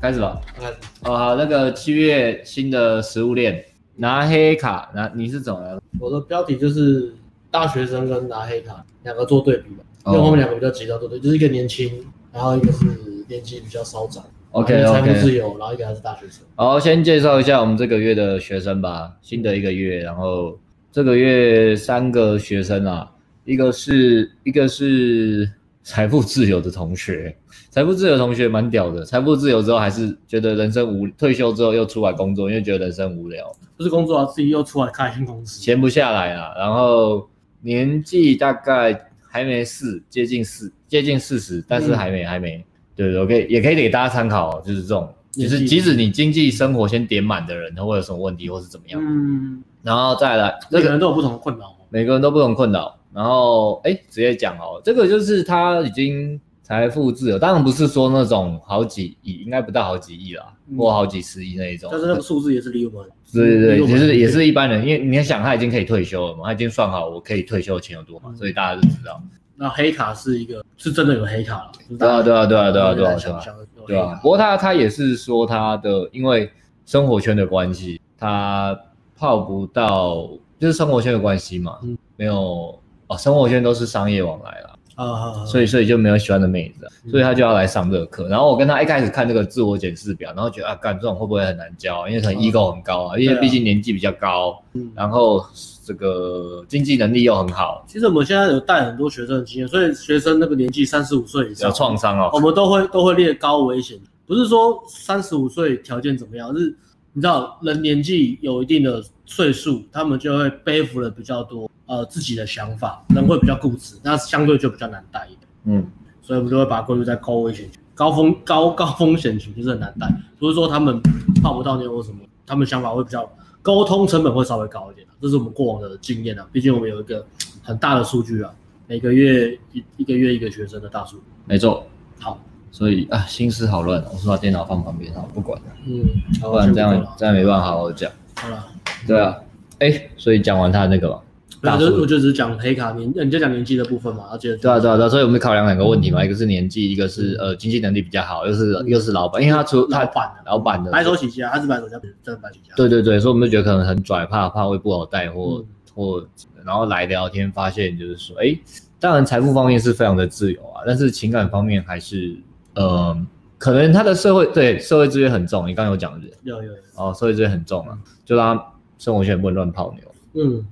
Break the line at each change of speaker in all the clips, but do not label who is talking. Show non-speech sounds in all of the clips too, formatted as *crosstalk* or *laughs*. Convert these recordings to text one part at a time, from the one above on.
开始吧。
开始
哦，好，那个七月新的食物链，拿黑卡，拿你是怎么了？
我的标题就是大学生跟拿黑卡两个做对比吧，
哦
因为我们两个比较极端做对比，就是一个年轻，然后一个是年纪比较稍长
OK，
然后一个财
OK
富自由，然后一个还是大学生。
好，先介绍一下我们这个月的学生吧，新的一个月，然后这个月三个学生啊，一个是一个是财富自由的同学，财富自由的同学蛮屌的，财富自由之后还是觉得人生无，退休之后又出来工作，因为觉得人生无聊，
不是工作啊，自己又出来开新公司，
闲不下来啊，然后年纪大概还没四，接近四，接近四十，但是
嗯
还没、还没，对对，我可以也可以给大家参考哦，就是这种，就
年
是
纪
即使你经济生活先点满的人，他会有什么问题或是怎么样，
嗯，
然后再来这啊
每个
个
人都有不同的困扰哦。
每个人都不同困扰，然后哎直接讲哦，这个就是他已经财富自由，当然不是说那种好几亿，应该不到好几亿啦，
嗯
或好几十亿那一种，
但是那个数字也是离我们，
对对
离
对，
我
其
们
实也
很
是一般人，因为你要想他已经可以退休了嘛，他已经算好我可以退休的钱有多嘛，
嗯
所以大家就知道。
那黑卡是一个是真的有黑卡了，就是
对啊对啊对啊对啊对啊对
想
啊
象有黑
对啊
卡，
不过他他也是说他的因为生活圈的关系，他泡不到就是生活圈的关系嘛
嗯，
没有哦，生活圈都是商业往来啦，
啊，
所
以
以所以就没有喜欢的妹子啊，
嗯
所以他就要来上这个课。然后我跟他一开始看这个自我检视表，然后觉得啊，干这种会不会很难教啊？因为可能
嗯
ego 很高啊，因为
对啊
毕竟年纪比较高，
嗯
然后这个经济能力又很好，
其实我们现在有带很多学生的经验，所以学生那个年纪三十五岁以
有
上，
创伤
我
哦。
们都会都会列高危险，不是说三十五岁条件怎么样，是你知道人年纪有一定的岁数，他们就会背负了比较多呃自己的想法，人会比较固执，那相对就比较难带一点，
嗯，
所以我们就会把它归入在高危险群、高风高高风险群，就是很难带。不是说他们泡不到妞或什么，他们想法会比较沟通成本会稍微高一点，啊这是我们过往的经验啊，毕竟我们有一个很大的数据啊，每个月一一个月一个学生的大数据。
没错。
好，
所以啊，心思好乱哦，我是把电脑放旁边，然后不管了，
嗯，好
不然这
先不
样
够了
这样没办法好好讲。
好了，
对啊，哎，所以讲完他的那个吧。大
我就
叔
我就只是讲黑卡年，呃你就讲年纪的部分嘛，而且
对啊，对啊，对啊，所以我们考量两个问题
嗯
嘛，一个是年纪，一个是呃经济能力比较好，又是又是老板，因为他除他
老板啊
老板的
白手起家，他是白手起家，真的白手起家，
对对对，所以我们就觉得可能很拽，怕怕会不好带或、
嗯
或，然后来聊天发现就是说，哎，当然财富方面是非常的自由啊，但是情感方面还是，呃，可能他的社会对社会资源很重，你刚刚有讲的，
有有有，
哦，社会资源很重啊，就让他生活圈不能乱泡妞。
嗯，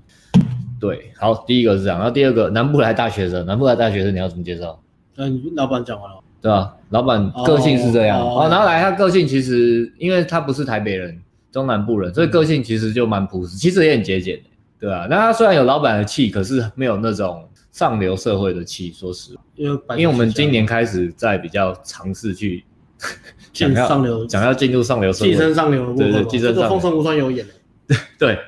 对，好，第一个是这样，然后第二个南部来大学生，南部来大学生你要怎么介绍？
那你老板讲完了，
对吧？老板个性是这样，
哦
哦，然后来他个性其实，因为他不是台北人，中南部人，所以个性其实就蛮朴实，其实也很节俭的，对啊。那他虽然有老板的气，可是没有那种上流社会的气，说实话，
因为白手起家
因为我们今年开始在比较尝试
*laughs*
去想
进
要
上流，
想要进入上流社
寄生
会，
上流的部分嘛，
对对寄生
这
上流
个风神无双有演的，
对，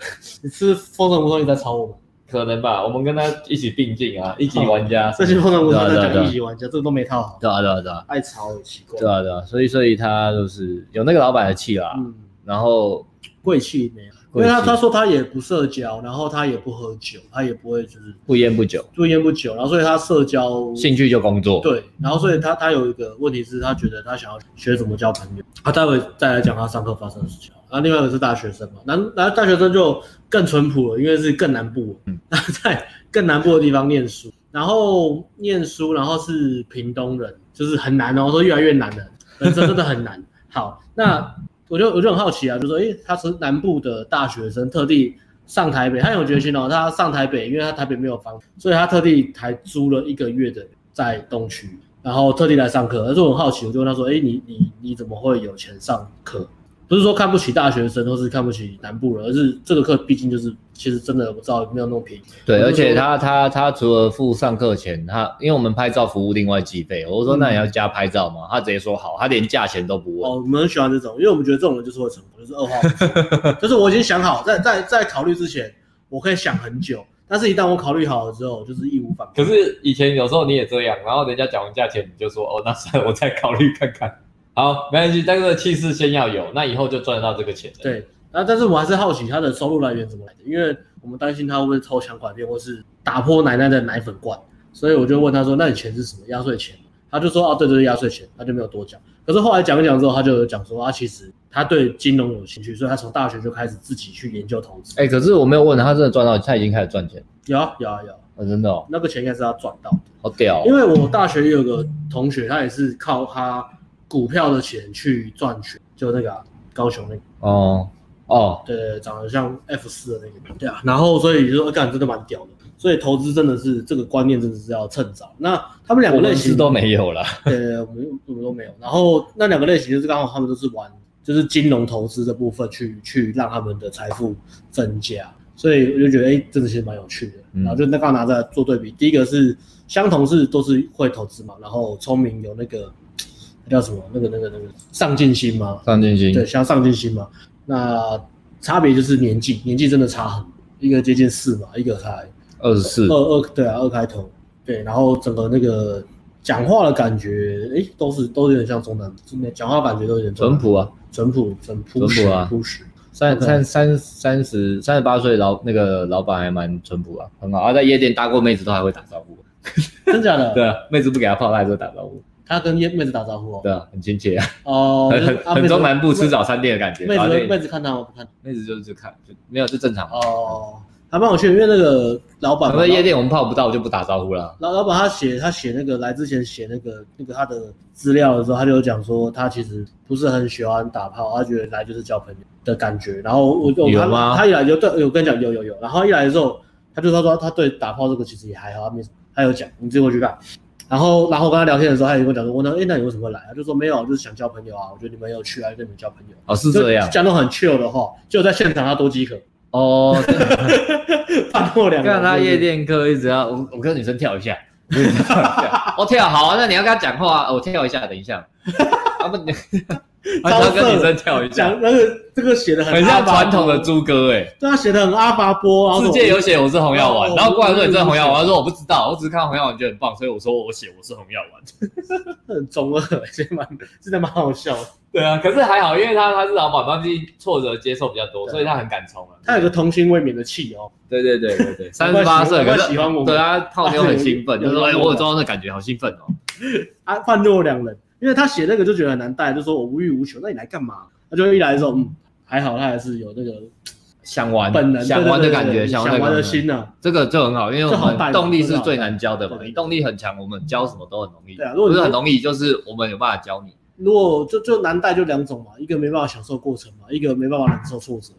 你是风神无双也在吵我们，
可能吧。我们跟他一起并进啊，一级玩家，
哦这些风神无双
对啊对啊
在
对啊
讲一级玩家，这个都没套好，
对啊，对啊，对啊，
爱吵很奇怪，
对啊，对啊，所以所以他就是有那个老板的气啦，
嗯，
然后
贵气没有，因
贵气
为他他说他也不社交，然后他也不喝酒，他也不会就是
不烟不酒，
不烟不酒，然后所以他社交
兴趣就工作，
对，然后所以他他有一个问题是，他觉得他想要学怎么交朋友。他待会再来讲他上课发生的事情。然后另外一个是大学生嘛，南然后大学生就更淳朴了，因为是更南部，嗯， *laughs* 在更南部的地方念书，然后念书，然后是屏东人，就是很难哦，说越来越难了，人生真的很难。好，那我就我就很好奇啊，就说，诶，他是南部的大学生，特地上台北，他有决心哦，他上台北，因为他台北没有房，所以他特地还租了一个月的在东区，然后特地来上课。但是我很好奇，我就问他说，诶，你你你怎么会有钱上课？不是说看不起大学生，或是看不起南部人，而是这个课毕竟就是，其实真的我不知道有没有那么便宜。
对，
我就
而且
说
他他他除了付上课钱，他因为我们拍照服务另外计费，我说
嗯
那你要加拍照吗？他直接说好，他连价钱都不问。
哦，我们很喜欢这种，因为我们觉得这种人就是会成功，就是二话不说。就是我已经想好，在在在考虑之前，我可以想很久，但是一旦我考虑好了之后，就是义无反
可
顾。
是以前有时候你也这样，然后人家讲完价钱，你就说哦，那算了，我再考虑看看。 *laughs* 好，没关系，但是气势先要有，那以后就赚得到这个钱了。
对，啊，但是我还是好奇他的收入来源怎么来的，因为我们担心他会不会偷抢拐骗，或是打破奶奶的奶粉罐，所以我就问他说：“那你钱是什么？压岁钱吗？”他就说：“哦，对对对，压岁钱。”他就没有多讲。可可是后来讲一讲之后，他就讲说，他啊其实他对金融有兴趣，所以他从大学就开始自己去研究投资。
哎、可是我没有问他，他真的赚到，他已经开始赚钱了，
有啊有啊有啊，
哦、真的哦，
那个钱应该是他赚到的。
好屌、
因
哦。
为我大学也有个同学，他也是靠他股票的钱去赚钱，就那个啊、高雄那个，
哦哦，
对，长得像 F 四的那个，对啊。然后所以就说，干真的蛮屌的。所以投资真的是这个观念，真的是要趁早。那他们两
我
个类
认
型
识都没有啦。
*laughs* 呃，我们我们都没有。然后那两个类型就是刚好他们都是玩就是金融投资的部分去去让他们的财富增加，所以我就觉得哎、诶真的其实蛮有趣的。
嗯
然后就那刚好拿着做对比，第一个是相同是都是会投资嘛，然后聪明有那个那叫什么那个那个那个上进心嘛，
上进心，
对，像上进心嘛。那差别就是年纪，年纪真的差很多，一个接近四嘛，一个才
二十四
二，二对啊，二开头，对，然后整个那个讲话的感觉，诶，都是都有点像中南，真的讲话感觉都有点中
淳
南
朴啊，
淳朴，淳朴，
淳朴啊
朴实。
三
OK
三三三十三十八岁老那个老板还蛮淳朴啊，很好啊，在夜店搭过妹子都还会打招呼。
真假的？
对啊，妹子不给他泡，他还是会打招呼。
他跟妹妹子打招呼哦。
对啊，很亲切啊，
哦，
很
就是
很很中南部吃。啊早餐店的感觉。
妹
然
子
后
妹子妹
那
子看他吗？不看。
妹子就是看就没有就正常啊。
哦，还蛮有趣的，因为那个老板
反
嘛，
正夜店我们泡不到，我就不打招呼了。啊
老老板他写他写那个来之前写那个那个他的资料的时候，他就有讲说他其实不是很喜欢打炮，他觉得来就是交朋友的感觉。然后我我
有
他
吗
他一来就对有跟你讲有有有，然后一来的时候他就他说他对打炮这个其实也还好，他没什么他有讲你自己回去看。然后然后我跟他聊天的时候，他也跟我讲说，我问他哎那你为什么会来？他就说没有，就是想交朋友啊，我觉得你们很有趣啊，就跟你们交朋友。
哦，是这样
就讲那种很 chill 的话，就在现场他多饥渴， *laughs*
哦。 *laughs*
判若两人。
看他
就是
夜店课一直要我，我跟女生跳一下，我跟女生跳一下哦跳好啊，那你要跟他讲话啊，我跳一下，等一
*laughs*
下。啊不，你 *laughs* 他要跟女生跳一下，
讲那个这个写的很
很
阿
像
巴
传统的
波
猪哥哎。
对他啊写的很阿巴波，
哦
啊然后
世
说
界有写我是红药丸，
哦
然后过来说你真的红药
我
丸，他说我不知道，我只是看到红药丸觉得很棒，所以我说我写我是红药丸。
很中二，其实蛮真的蛮好笑的。
*laughs* 对啊，可是还好，因为他他是老板，他自己挫折接受比较多，
对
所以他很敢冲啊。
他有个童心未泯的气哦，
对对对对
*laughs*
对，三
难
十
怪
八岁，
喜难
可
怪
是
喜欢我
对
们
啊，泡妞很兴奋，
*laughs* 有
就说哎，
有有
我有抓到那感觉，好兴奋哦。
啊，判若两人，因为他写那个就觉得很难带，就说我无欲无求，那你来干嘛？他就一来的时候，嗯，还好他还是有那个
想玩
本能，
想
对对
玩的
对
感觉，
对
想
想
玩的
玩的
感觉
心啊呐。
这个就很好，因为我
这好
们
带嘛
动力是最难教的嘛
这好。带
你动力很强，我们教什么都很容易。
对啊如果
不
你
是很容易，就是我们有办法教你。
如果就就难带就两种嘛，一个没办法享受过程嘛，一个没办法忍受挫折。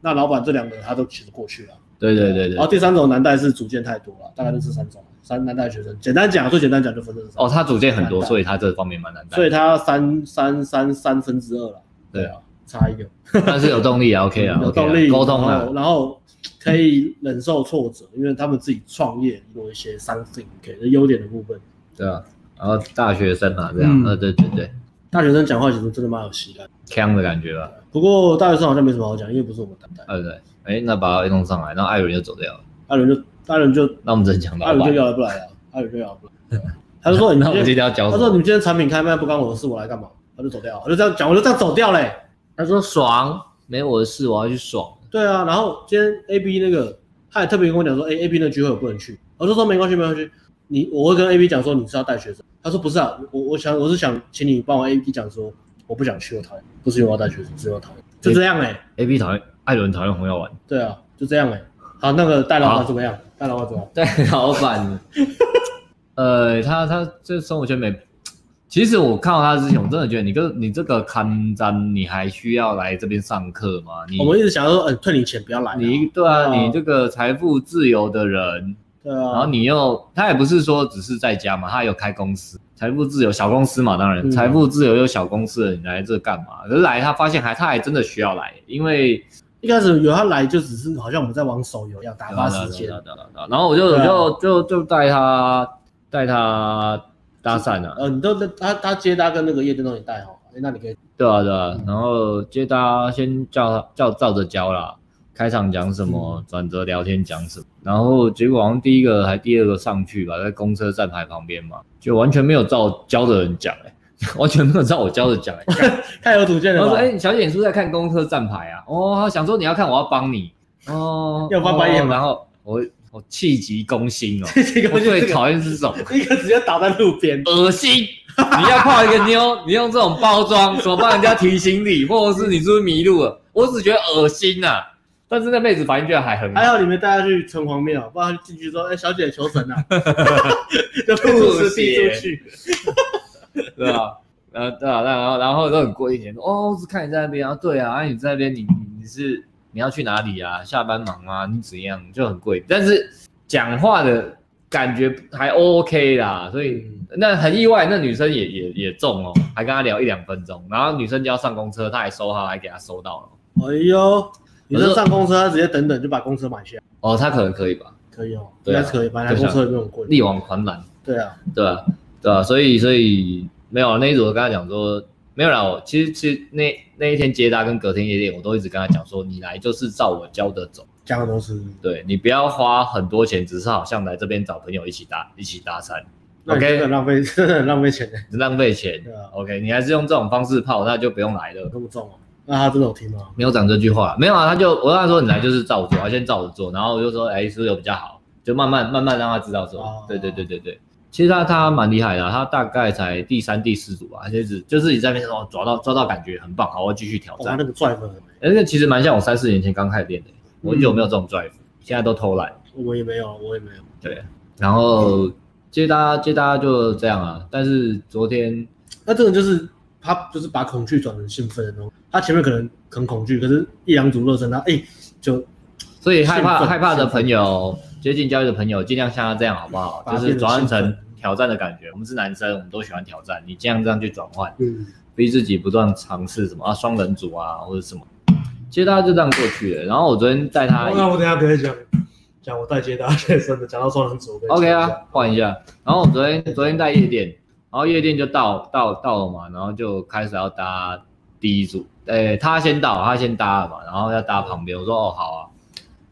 那老板这两个他都其实过去了。啊
对对对对
然。后第三种难带是组件太多了，大概就这三种，三难带学生。简单讲，最简单讲就分这三种。
哦，他组件很多，
难带
所以他这方面蛮难带
所。以他三三三三分之二了。
对
啊，差一个。
但是有动力啊，OK 啊
有
，OK 啊
动力
沟通
然
啊
后，然后可以忍受挫折，因为他们自己创业有一些 something 给的优点的部分。
对啊。然后大学生嘛，这样，
嗯
呃，对对对，
大学生讲话其实真的蛮有喜感，
腔的感觉吧。
不过大学生好像没什么好讲，因为不是我们担待。
呃对，哎，那把他弄上来，然后艾伦就走掉了，
艾伦就艾伦就
那我们只能讲
艾
老板。
伦就要来不来了，艾伦就要来不来了。
*laughs*
他就说你
那我们今
今天，
天要教
他
什
说你
么？
们今天产品开卖不关我的事，我来干嘛？他就走掉，我就这样讲，我就这样走掉嘞、
他说爽，没我的事，我要去爽。
对啊，然后今天 A B 那个，他也特别跟我讲说，哎、a B 那个聚会我不能去，我就说没关系没关系，你我会跟 A B 讲说你是要带学生，他说不是啊，我我想我是想请你帮我 A B 讲说我不想去，我讨厌，不是因为我要带学生，是因为我讨厌，就这样哎、
A B 讨厌艾伦讨厌红药丸，
对啊，就这样哎、好，那个戴老
好
板怎么样？戴老板怎么样？
对，老板，呃，他他这生活圈没。其实我看到他之前，我真的觉得你跟你这个看展，你还需要来这边上课吗？你
我们一直想说，嗯、退你钱不要来啊、
你对啊，
哦
你这个财富自由的人，
对
然后
啊，
你又他也不是说只是在家嘛，他有开公司，财富自由小公司嘛，当然
嗯
财富自由有小公司的，你来这干嘛？可是来他发现还他还真的需要来，因为
一开始有他来就只是好像我们在玩手游一样打发时间，
对啊对啊对啊对啊然后我就我
对啊
就就就带他带他搭讪啊，
呃，你都他他接他跟那个夜店都你带好，哎、那你可以
对啊对啊
嗯，
然后接搭先叫他叫照着教啦，开场讲什么，转折聊天讲什么，然后结果好像第一个还第二个上去吧，在公车站牌旁边嘛，就完全没有照教的人讲哎、 *laughs* 完全没有照我教的讲哎、 *laughs*
太有主见
然
了
后
吧
说：“哎、小姐，你是不是在看公车站牌啊？哦，想说你要看，我要帮你。哦，
要翻白眼
哦
吗
然后我我气急攻心哦，
*laughs* 这
我
个就是
最
这个
讨厌是这种，
一个直接倒在路边，
恶心！你要泡一个妞，你用这种包装，怎么帮人家提行李，或者是你是不是迷路了？我只觉得恶心呐、但是那妹子反应居然还很好
还，好你没带他去城隍庙，不然他进去之后，哎、小姐求神
*laughs*
啊，就被主持递出去。
对吧？呃，对啊，然后然后都很过一点，哦，我只看你在那边啊，对啊，啊你在那边，你你你是你要去哪里啊？下班忙吗？你怎样？就很贵，但是讲话的感觉还 OK 啦，所以那很意外，那女生也也也中哦，还跟他聊一两分钟，然后女生就要上公车，他还收好，还给他收到了，
哎呦，你这上公车，他直接等等就把公车买下，
哦，他可能可以吧，
可以哦，应
对啊
该是可以，本来公车也没有很贵。
力挽狂澜，
对啊，
对吧、对吧、所以所以没有啊那一组，我跟他讲说没有啦。我其实其实那那一天接搭跟隔天夜店，我都一直跟他讲说，你来就是照我教的走，
讲的都是。
对你不要花很多钱，只是好像来这边找朋友一起搭一起搭讪，
那你
OK
真的很浪费， *laughs* 真的很浪费钱呢。
浪费钱
对啊。
OK，你还是用这种方式泡，那就不用来了。
这么重哦、那他真的有听吗？
没有讲这句话，没有啊，他就我跟他说你来就是照我做，他啊先照我做，然后我就说哎、是不是有比较好，就慢慢慢慢让他知道说，
哦
对对对对对，其实他他蛮厉害的啊、他大概才第三第四组吧，他就一直就是你在那边说哦抓到抓到感觉很棒，好，我继续挑
哦，他
战，
那个拽粉，
而且其实蛮像我三四年前刚开始练的，我有没有这种 drive，、现在都偷懒，
我也没有，我也没有。
然后接搭接搭就这样啊，但是昨天
那这种就是他就是把恐惧转成兴奋的那种。他前面可能很恐惧，可是一两组热身，他哎、就
所以害怕
兴奋
害怕的朋友，接近教育的朋友，尽量像他这样好不好？
把
就
它
是
变成
转换
兴
成
奋
挑战的感觉。我们是男生，我们都喜欢挑战，你尽量这样去转换，
嗯，
逼自己不断尝试什么啊，双人组啊或者什么。其实大家就这样过去了。然后我昨天带他
那我等一下可以讲讲我带接大学生的，讲到双人组。我可以
，OK
讲一
啊
下，
换一下。然后我昨天昨天在夜店，然后夜店就到到到了嘛，然后就开始要搭第一组，诶、他先到，他先搭了嘛，然后要搭旁边，我说哦好啊，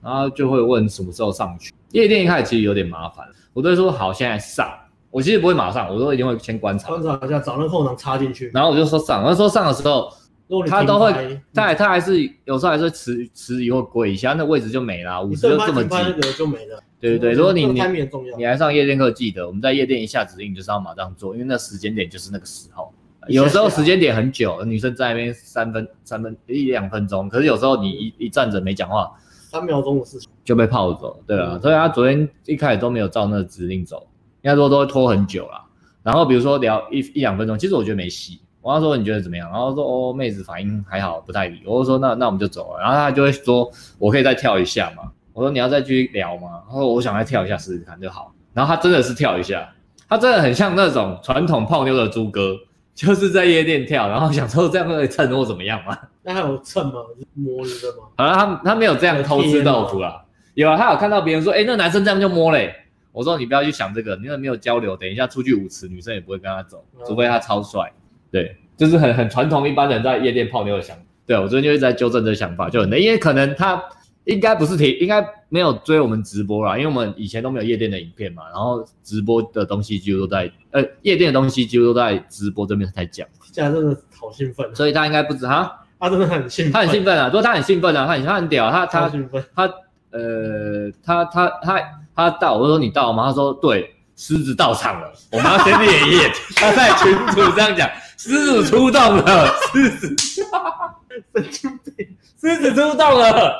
然后就会问什么时候上去。夜店一开始其实有点麻烦，我都会说好现在上，我其实不会马上，我都一定会先观察，
观察一下，找那个后囊插进去。
然后我就说上，我就说上的时候，
如果你
他
停
都会
拍
他还他还是有时候还是会迟迟疑或跪一下，那位置就没啦，
你
舞池
这
就
拍
这么
停
挤，
拍那个就没了。
对对对，如果你
这个
你
拍面很重要
你，来上夜店课，记得我们在夜店一下指令就是要马上做，因为那时间点就是那个时候。
一下
有时候
下
时间点很久，女生在那边三分三分一两分钟，可是有时候你一一站着没讲话
三秒钟的事情。
就被泡走，对啊，
嗯
所以他昨天一开始都没有照那个指令走，应该说都会拖很久啦。然后比如说聊一一两分钟，其实我觉得没戏。我要说你觉得怎么样？然后说哦，妹子反应还好，不太理。我就说那那我们就走了。然后他就会说我可以再跳一下嘛。我说你要再继续聊吗？他说我想再跳一下试试看就好。然后他真的是跳一下，他真的很像那种传统泡妞的猪哥，就是在夜店跳，然后想说这样会衬我怎么样嘛。
那还有秤吗？就是摸你的吗？
好了，他他没有这样偷吃豆腐啦，有啊，他有看到别人说，哎、那男生这样就摸嘞、我说你不要去想这个，你那没有交流，等一下出去舞池，女生也不会跟他走，除非他超帅。对，就是很很传统一般人在夜店泡妞的想法。对我最近就一直在纠正这个想法，就很累，因为可能他应该不是挺，应该没有追我们直播啦，因为我们以前都没有夜店的影片嘛，然后直播的东西几乎都在，呃，夜店的东西几乎都在直播这边才讲，
现在真的好兴奋，啊
所以他应该不知哈，
他真的很兴奋，
他很兴奋啊，如果他很兴奋啊，他很他很屌啊，他他
超兴奋。
他呃，他他他他到，我说你到吗？他说对，狮子到场了，我们要先烈
*laughs*
焰。他在群主这样讲，狮子出动了，狮子，
神经病，
狮子出动了。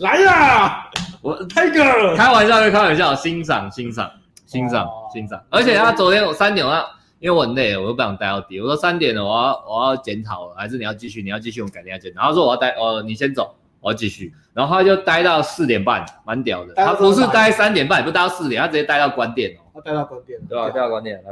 来呀
我
*laughs* ，Tiger！
开玩笑归开玩笑，欣赏欣赏欣赏
哦
欣赏。而且他昨天我三点我要，因为我很累，我又不想待到底。我说三点了，我要我要检讨了，还是你要继续？你要继续，我们改天再检讨。他说我要待，哦，你先走。我要继续，然后他就待到四点半，蛮屌的。
待
他
到
不是
多晚
待三点半，也不是待到四点，他直接待到关店哦。
他带到关店了，
对吧、啊？第二观点。
哇，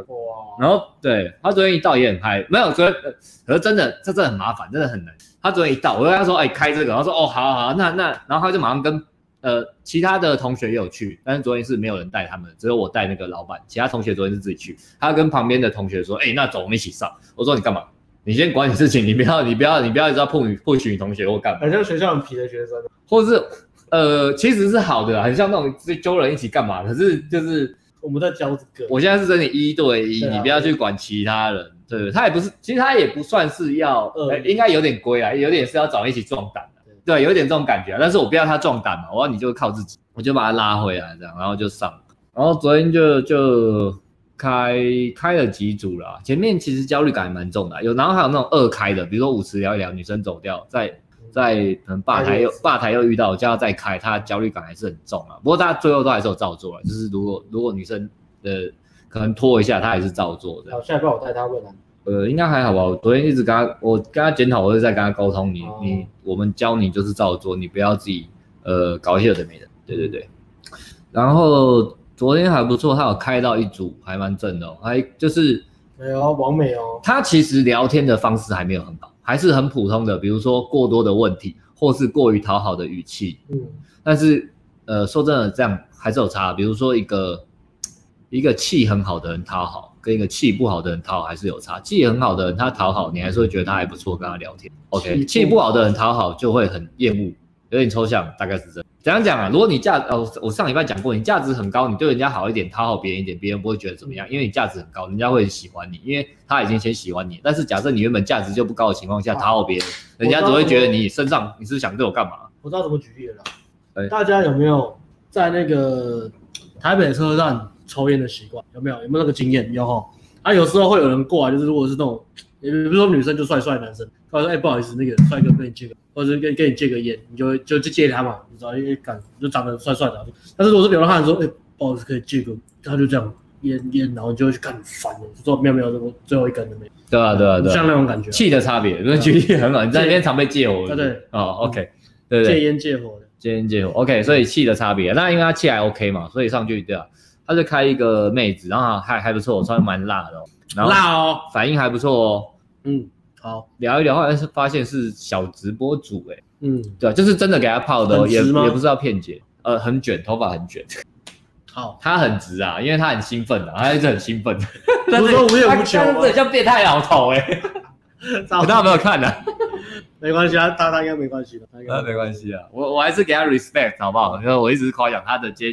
然后对他昨天一到也很嗨，没有昨天，呃可是真的这真的很麻烦，真的很难。他昨天一到，我就跟他说：“哎、开这个。”他说：“哦，好好，好那那。”然后他就马上跟呃其他的同学也有去，但是昨天是没有人带他们，只有我带那个老板，其他同学昨天是自己去。他跟旁边的同学说：“哎、那走，我们一起上。”我说：“你干嘛？你先管你事情，你不要你 *laughs* 不要你不要一直要碰你碰许你同学或干嘛。”
很像学校很皮的学生。啊
或是呃其实是好的啦，很像那种揪揪人一起干嘛，可是就是。
我们在教这个，
我现在是跟你一对一，
对啊
你不要去管其他人。对，他也不是，其实他也不算是要，
恶
呃
意
应该有啊点归啊，有点是要找人一起壮胆的、对，有点这种感觉啊、但是我不要他壮胆嘛，我要你就靠自己。我就把他拉回来，这样，然后就上。然后昨天就就开开了几组啦，前面其实焦虑感还蛮重的啊、有然后还有那种二开的，比如说舞池聊一聊，女生走掉，在
嗯
在可能吧台又吧台又遇到，叫他再开，他焦虑感还是很重啊。不过他最后都还是有照做了，啊就是如果如果女生的呃可能拖一下，他还是照做的
好，。下一半我带他问啊。
呃，应该还好吧。我昨天一直跟他，我跟他检讨，我是在跟他沟通，你、
哦
你我们教你就是照做，你不要自己呃搞一些有的没的。对对对。然后昨天还不错，他有开到一组，还蛮正的、哦，还就是
没有啊，王美哦，
他其实聊天的方式还没有很好，还是很普通的，比如说过多的问题，或是过于讨好的语气。
嗯，
但是呃，说真的，这样还是有差。啊比如说一个一个气很好的人讨好，跟一个气不好的人讨好还是有差。气很好的人他讨好，你还是会觉得他还不错，跟他聊天。OK，气
气
不
不
好的人讨好就会很厌恶，有点抽象，大概是这样。怎样讲啊？如果你价哦，我上礼拜讲过，你价值很高，你对人家好一点，讨好别人一点，别人不会觉得怎么样，因为你价值很高，人家会喜欢你，因为他已经先喜欢你。但是假设你原本价值就不高的情况下，
啊
讨好别人，人家只会觉得你身上你是不是想对我干嘛？
我知道怎么举例了啦。
哎
大家有没有在那个台北车站抽烟的习惯？有没有？有没有那个经验？有哈。啊，有时候会有人过来，就是如果是那种，也不是说女生就帅帅的男生，过来说，哎、不好意思，那个帅哥跟你借个，或者是跟跟你借个烟，你就会就就借他嘛，你知道，因为感就长得帅帅的。但是如果是流浪汉说，哎、不好意思，可以借个，他就这样烟烟，然后你就会去看很烦的，就说没有没有，我最后一根都没有，
对啊，对啊，对啊
像。那种感觉啊，
气的差别，那举例很好，你在那边常被借火，
对对嗯
哦，OK，对对
戒
对，
烟戒火的。
戒烟借火，OK，所以气的差别，那因为他气还 OK 嘛，所以上去对啊，他就开一个妹子，然后还还不错，穿得蛮辣的、哦，然后
辣哦，
反应还不错哦，
嗯，好，
聊一聊后来是发现是小直播主、哎，
嗯，
对、啊，就是真的给他泡的、哦，
很直
也
吗
也不是要骗姐，呃，很卷，头发很卷，
好，
他很直啊，因为他很兴奋啊，他一直很兴奋，
不是说无欲无求啊
他他
吗
真的很像变态老头哎、
那
我当然没有看的、啊，
没关系，他他他应该没关系的，他应
那
该
没关系啊，我我还是给他 respect 好不好？因为我一直夸奖他的接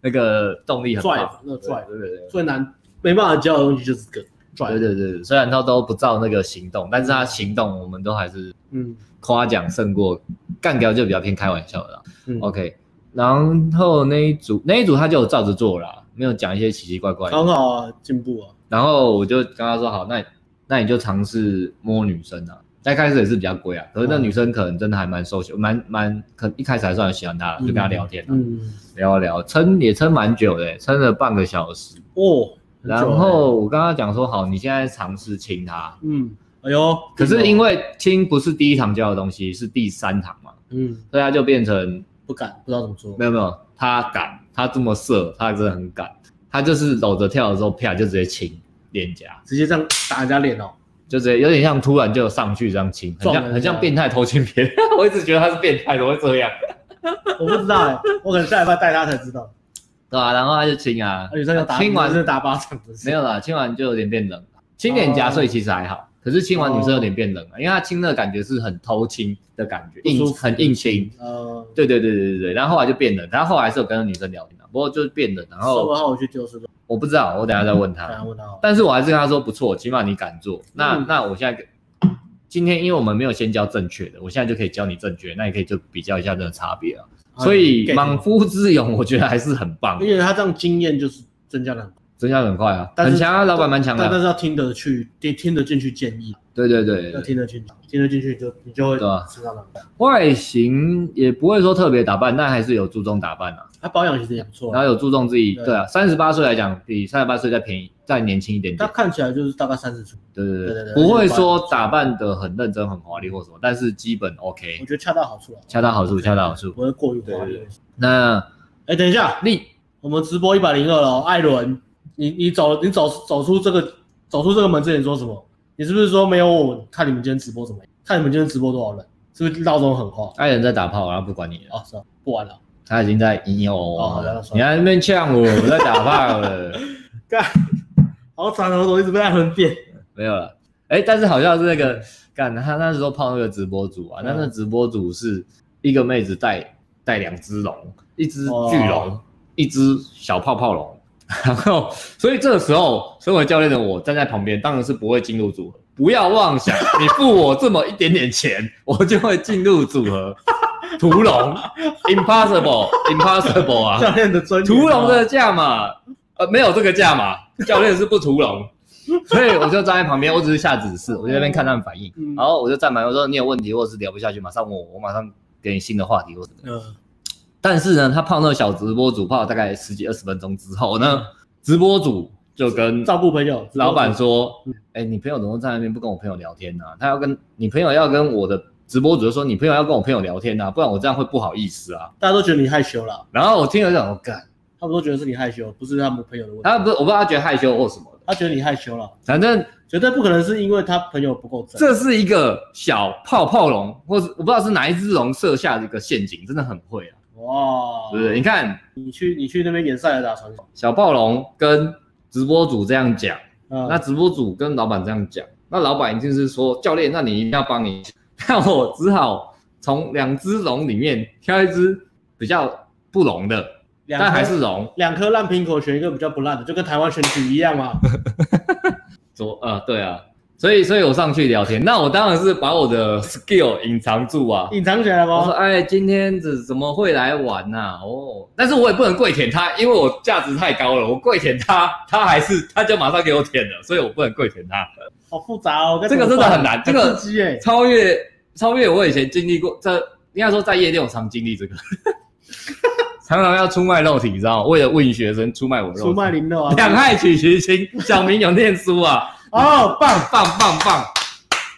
那个动力很
拽
棒，，
那拽
对对对
最难没办法教的东西就是梗，拽
对，对对对，虽然他都不照那个行动，但是他行动我们都还是
嗯
夸奖胜过干掉，就比较偏开玩笑的啦。
嗯
OK，然后那一组那一组他就有照着做啦，没有讲一些奇奇怪怪的。
很好啊，进步啊，
然后我就跟他说好，那你那你就尝试摸女生啊。在开始也是比较贵啊，可是那
嗯
女生可能真的还蛮受喜，蛮蛮可一开始还算很喜欢他，就跟他聊天啊、
嗯，
聊一聊，撑也撑蛮久的，撑了半个小时。
哦，很久
然后我跟他讲说，好，你现在尝试亲他，
嗯，哎呦，
可是因
为
为亲不是第一堂教的东西，是第三堂嘛，
嗯
所以他就变成
不敢，不知道怎么说，
没有没有，他敢，他这么色，他真的很敢，他就是搂着跳的时候，啪就直接亲脸颊，
直接这样打人家脸哦，
就直接有点像突然就上去这样亲，很
撞
像
人家
很像变态偷亲别人， *laughs* 我一直觉得他是变态，怎么会这样？
我不知道哎，我可能下礼拜带他才知道，
对啊，然后他就亲啊，
而且他要打
亲完
是打巴掌的，
没有啦，亲完就有点变冷了，亲脸
哦
颊所以其实还好，可是亲完女生有点变冷了，因为她亲的感觉是很偷亲的感觉，
不
硬
舒服
很硬亲。
呃，
对对对对对对，然后后来就变冷，然后后来是有跟女生聊天的，啊不过就是变冷，然
收
后
完后我去丢失了，
我不知道，我等一下再问
大家
她，
问嗯他好哦了，
但是我还是跟她说不错，起码你敢做。那、
嗯
那我现在跟今天因为我们没有先教正确的，我现在就可以教你正确，那你可以就比较一下这个差别啊。所以
哎
莽，夫之勇，我觉得还是很棒
get，因为他这样经验就是增加了很多。
增加得很快啊，
但是
很强啊，老板蛮强的
但但
啊，
是要听得去，听听得进去建议，
对对对对
要听得进去，听得进去就你就会
对啊
知道了。
外形也不会说特别打扮，但还是有注重打扮啊，
他保养其实也不错
然
啊，
后有注重自己。
对
对啊，三十八岁来讲，比三十八岁再便宜，再年轻一点
他
点。
看起来就是大概三十出，
对对对，
对对对
不会说打扮的很认真、很华丽或什么，但是基本 OK，
我觉得恰到好处了，
恰到好处，恰到好处
不。会过于华
对
丽
对。那
哎，等一下，
力
我们直播一百零二了哦，艾伦，你你走你走走出这个走出这个门之前说什么？你是不是说没有我看你们今天直播怎么样？看你们今天直播多少人？是不是闹钟很话？
爱人在打炮，然后不管你了，
哦，是啊，不玩了，
他已经在引诱
哦
我
好的
了
好。的
你还在那边呛我，我在打炮了，
干，好惨哦，我怎么一直被艾伦变？
没有了。哎，但是好像是那个干他那时候泡那个直播主啊，
嗯
那那直播主是一个妹子带带两只龙，一只巨龙，一只小泡泡龙。 *laughs* 然后，所以这个时候，身为教练的我站在旁边，当然是不会进入组合。 *laughs* 不要妄想，你付我这么一点点钱，我就会进入组合。屠龙，impossible impossible 啊，
教练的尊严
*laughs* 屠龙的价码，呃，没有这个价 *laughs* 码，教练是不屠龙，所以我就站在旁边，我只是下指 *laughs* 示，我就在那边看他们反应，
嗯
然后我就站旁边我说你有问题或者是聊不下去，马上问我，我马上给你新的话题或者。
嗯
但是呢，他泡那个小直播主泡了大概十几二十分钟之后呢，直播主就跟
照顾朋友，
老板说：“哎、你朋友怎么在那边不跟我朋友聊天呢、啊他要跟你朋友要跟我的直播主就说，你朋友要跟我朋友聊天啊呐、不然我这样会不好意思啊。
大家都觉得你害羞了，”
然后我听了就想，我哦干，
他们都觉得是你害羞，不是他们朋友的问题。
他不是我不知道他觉得害羞或什么的，
他觉得你害羞了，
反正
绝对不可能是因为他朋友不够正。
这是一个小泡泡龙，或是我不知道是哪一只龙设下的一个陷阱，真的很会啊，
哇，
对不对？你看
你去你去那边演塞尔达传说，
小暴龙跟直播主这样讲，
嗯
那直播主跟老板这样讲，那老板一定是说教练，那你一定要帮你。 *laughs* 那我只好从两只龙里面挑一只比较不龙的，
两颗
但还是龙。
两颗烂苹果选一个比较不烂的，就跟台湾选举一样嘛。
左呃，对啊，所以所以我上去聊天，那我当然是把我的 *laughs* skill 隐藏住啊。
隐藏起来
我说
吗？
哎，今天怎怎么会来玩呐、哦，但是我也不能跪舔他，因为我价值太高了，我跪舔他，他还是他就马上给我舔了，所以我不能跪舔他。
好复杂哦，该
这个
怎么
真
办
的很难这个
很刺激哎，
超越超越我以前经历过，这应该说在业界我常经历这个， *laughs* 常常要出卖肉体，你知道吗？为了问学生出卖我肉体，
出卖灵肉啊，
两害取其轻，小明有念书啊，
哦，棒，
棒棒棒！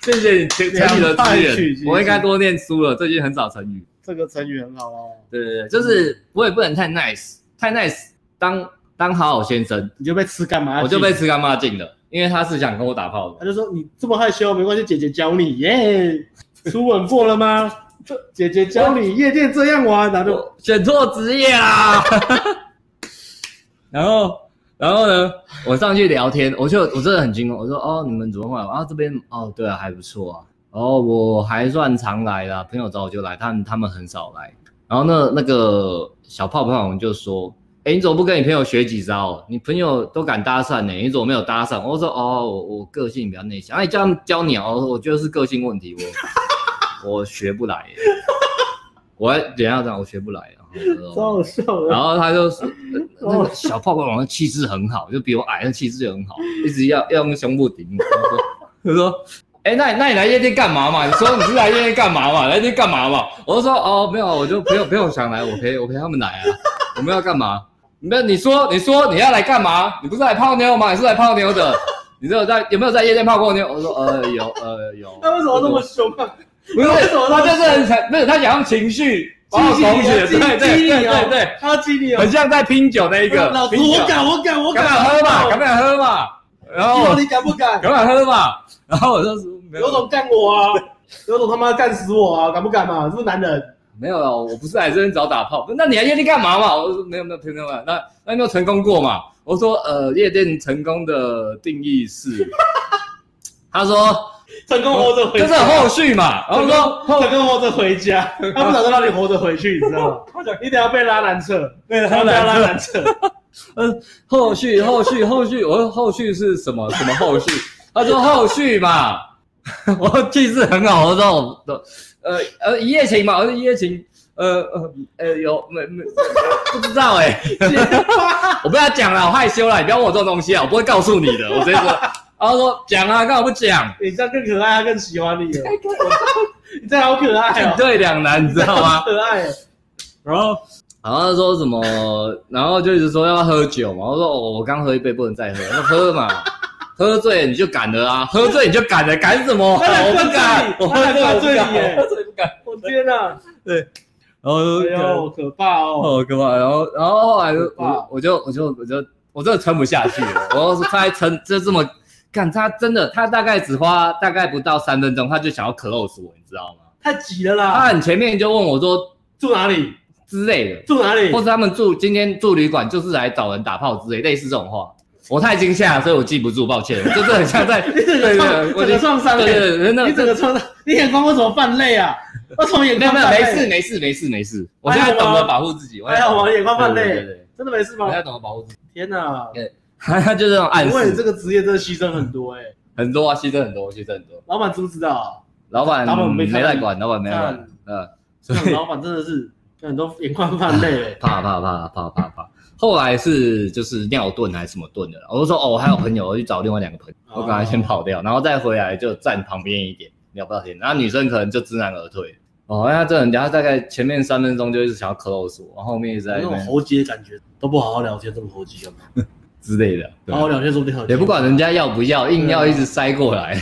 谢谢你成成语的
两败
支
取
援，
其轻
我应该多念书了，最近很少成语。
这个成语很好哦，
对对对，就是我也不能太 nice，太 nice 当当好好先生，
你就被吃干嘛？
我就被吃干妈净了，因为他是想跟我打炮的
他。就说你这么害羞，没关系，姐姐教
*laughs*
你耶。初吻过了吗？这姐姐教你夜店这样玩，然后就
我选错职业啦。 *laughs* 然后，然后呢，我上去聊天，我就我真的很惊恐，我说哦，你们怎么会来？啊，这边哦，对啊，还不错啊。哦，我还算常来啦，朋友找我就来，他们他们很少来。然后那那个小泡泡我们就说，哎，你怎么不跟你朋友学几招？你朋友都敢搭讪呢、你怎么没有搭讪？我说哦，我我个性比较内向，哎，叫他们教你哦，我觉得是个性问题，我 *laughs* 我学不来、耶。我还等一下讲，我学不来啊。然
超
后
好笑的
然。后他就说，呃那
哦
个小泡泡好像气质很好，就比我矮，但气质就很好，一直要要用胸部顶我。 *laughs* 他说，哎、那你那你来夜店干嘛嘛？你说你是来夜店干嘛嘛？来夜店干嘛嘛？我就说哦，没有，我就朋友朋友想来，我陪我陪他们来啊。我们要干嘛？那你说你说你要来干嘛？你不是来泡妞吗？你是来泡妞的。你知道在有没有在夜店泡过妞？我说呃有呃有。
他为什么那么凶啊？
不是，
为什么
他
他
就
就是
是很惨，不是他想用情绪把我拱起来，对对对对对，
他要激你哦，
很像在拼酒那一个，
老子
拼酒
我，敢，我敢，我啊
敢不敢喝嘛？敢不敢喝嘛？然后
你敢不敢？
敢不敢喝嘛？然后我就说没
有
有
种干我啊！有种他妈干死我啊！敢不敢嘛？是不是男人？
没有了，我不是来这边找打炮，那你来夜店干嘛嘛？我说没有没有没有没有，那那有没有成功过嘛？我说呃，夜店成功的定义是，他说
成功活着回
就
家，
是后续嘛，然后我
成功
说
成功活着回
*laughs*
家，他不打算让你活着回去，你知道吗？你等下被拉男厕，对，
拉男厕
被拉男厕，
嗯，后续后续后续，我说后续是什么什么后续？他说后续嘛， *laughs* 我记性很好，我说我呃呃一夜情嘛，我说一夜情，呃呃呃有没没不知道哎、 *laughs* 我不要讲了，我害羞了，你不要问我这种东西啊，我不会告诉你的，我直接说，然后说讲啊，干嘛不讲？
你这样更可爱，他更喜欢你
*laughs*
了。你这样好可爱
进
哦，
退两难，你知道吗
好？可爱。哦
然后，然后他说什么？然后就一直说要不要喝酒嘛。我说哦，我刚喝一杯，不能再喝。那喝嘛，喝醉你就敢了啊，喝醉你就敢了，敢什么？
他来
我
灌
不敢
醉，你
我喝醉
他
我不敢，
来灌醉你耶
我喝醉不敢。
我天哪！
*laughs* 然后
哎呦，
就
可怕哦！
哦，干嘛？然后，然后后来就
很棒
我我就我就我就我真的撑不下去了，我他撑就这么干，他真的他大概只花大概不到三分钟，他就想要 close 我，你知道吗？
太挤了
他
啦！
很前面就问我说
住哪里？
之类的，
住哪里
*laughs* 或？是他们住今天住旅馆就是来找人打炮之类，类似这种话。我太惊吓了，所以我记不住，抱歉。我就是很像在
*laughs* 你
对
整
对 *laughs* 对，我
个创，整
已
个
经
创伤
对
欸，
对对，那
你整个创伤，你眼光为什么泛泪啊？为什么眼
没有
光
没有
泛
没
泪？
事没事没事没事，我
还
现
好
在懂得
吗
保护自己，我
还好吗？眼光泛
对对对
泪，
对，
真的没事
我
吗
现？在懂得保护自己。 *laughs*
天哪！
他就这种暗
我为了这
示
个职业真的牺牲很多哎、
很多啊，牺牲很多，牺牲很多。
老板知不知道啊？
老板
老板没
没
看
在管，老板没在管
看，
嗯，
所以
那老板真的是，那你都眼眶泛泪
*laughs*
哎嘞。
怕怕怕怕怕怕。后来是就是尿遁还是什么遁的啦，我就说哦，我还有朋友，我去找另外两个朋友，我赶快
哦
先跑掉，然后再回来就站旁边一点聊不到天，然后女生可能就知难而退。哦，那这人家大概前面三分钟就一直想要 close 我，然后后面一直在
哦那
那
种
边
猴急的感觉都不好好聊天，这么猴急干嘛？
之类的，对啊
好好聊天说不定很
也不管人家要不要，硬
啊
要一直塞过来。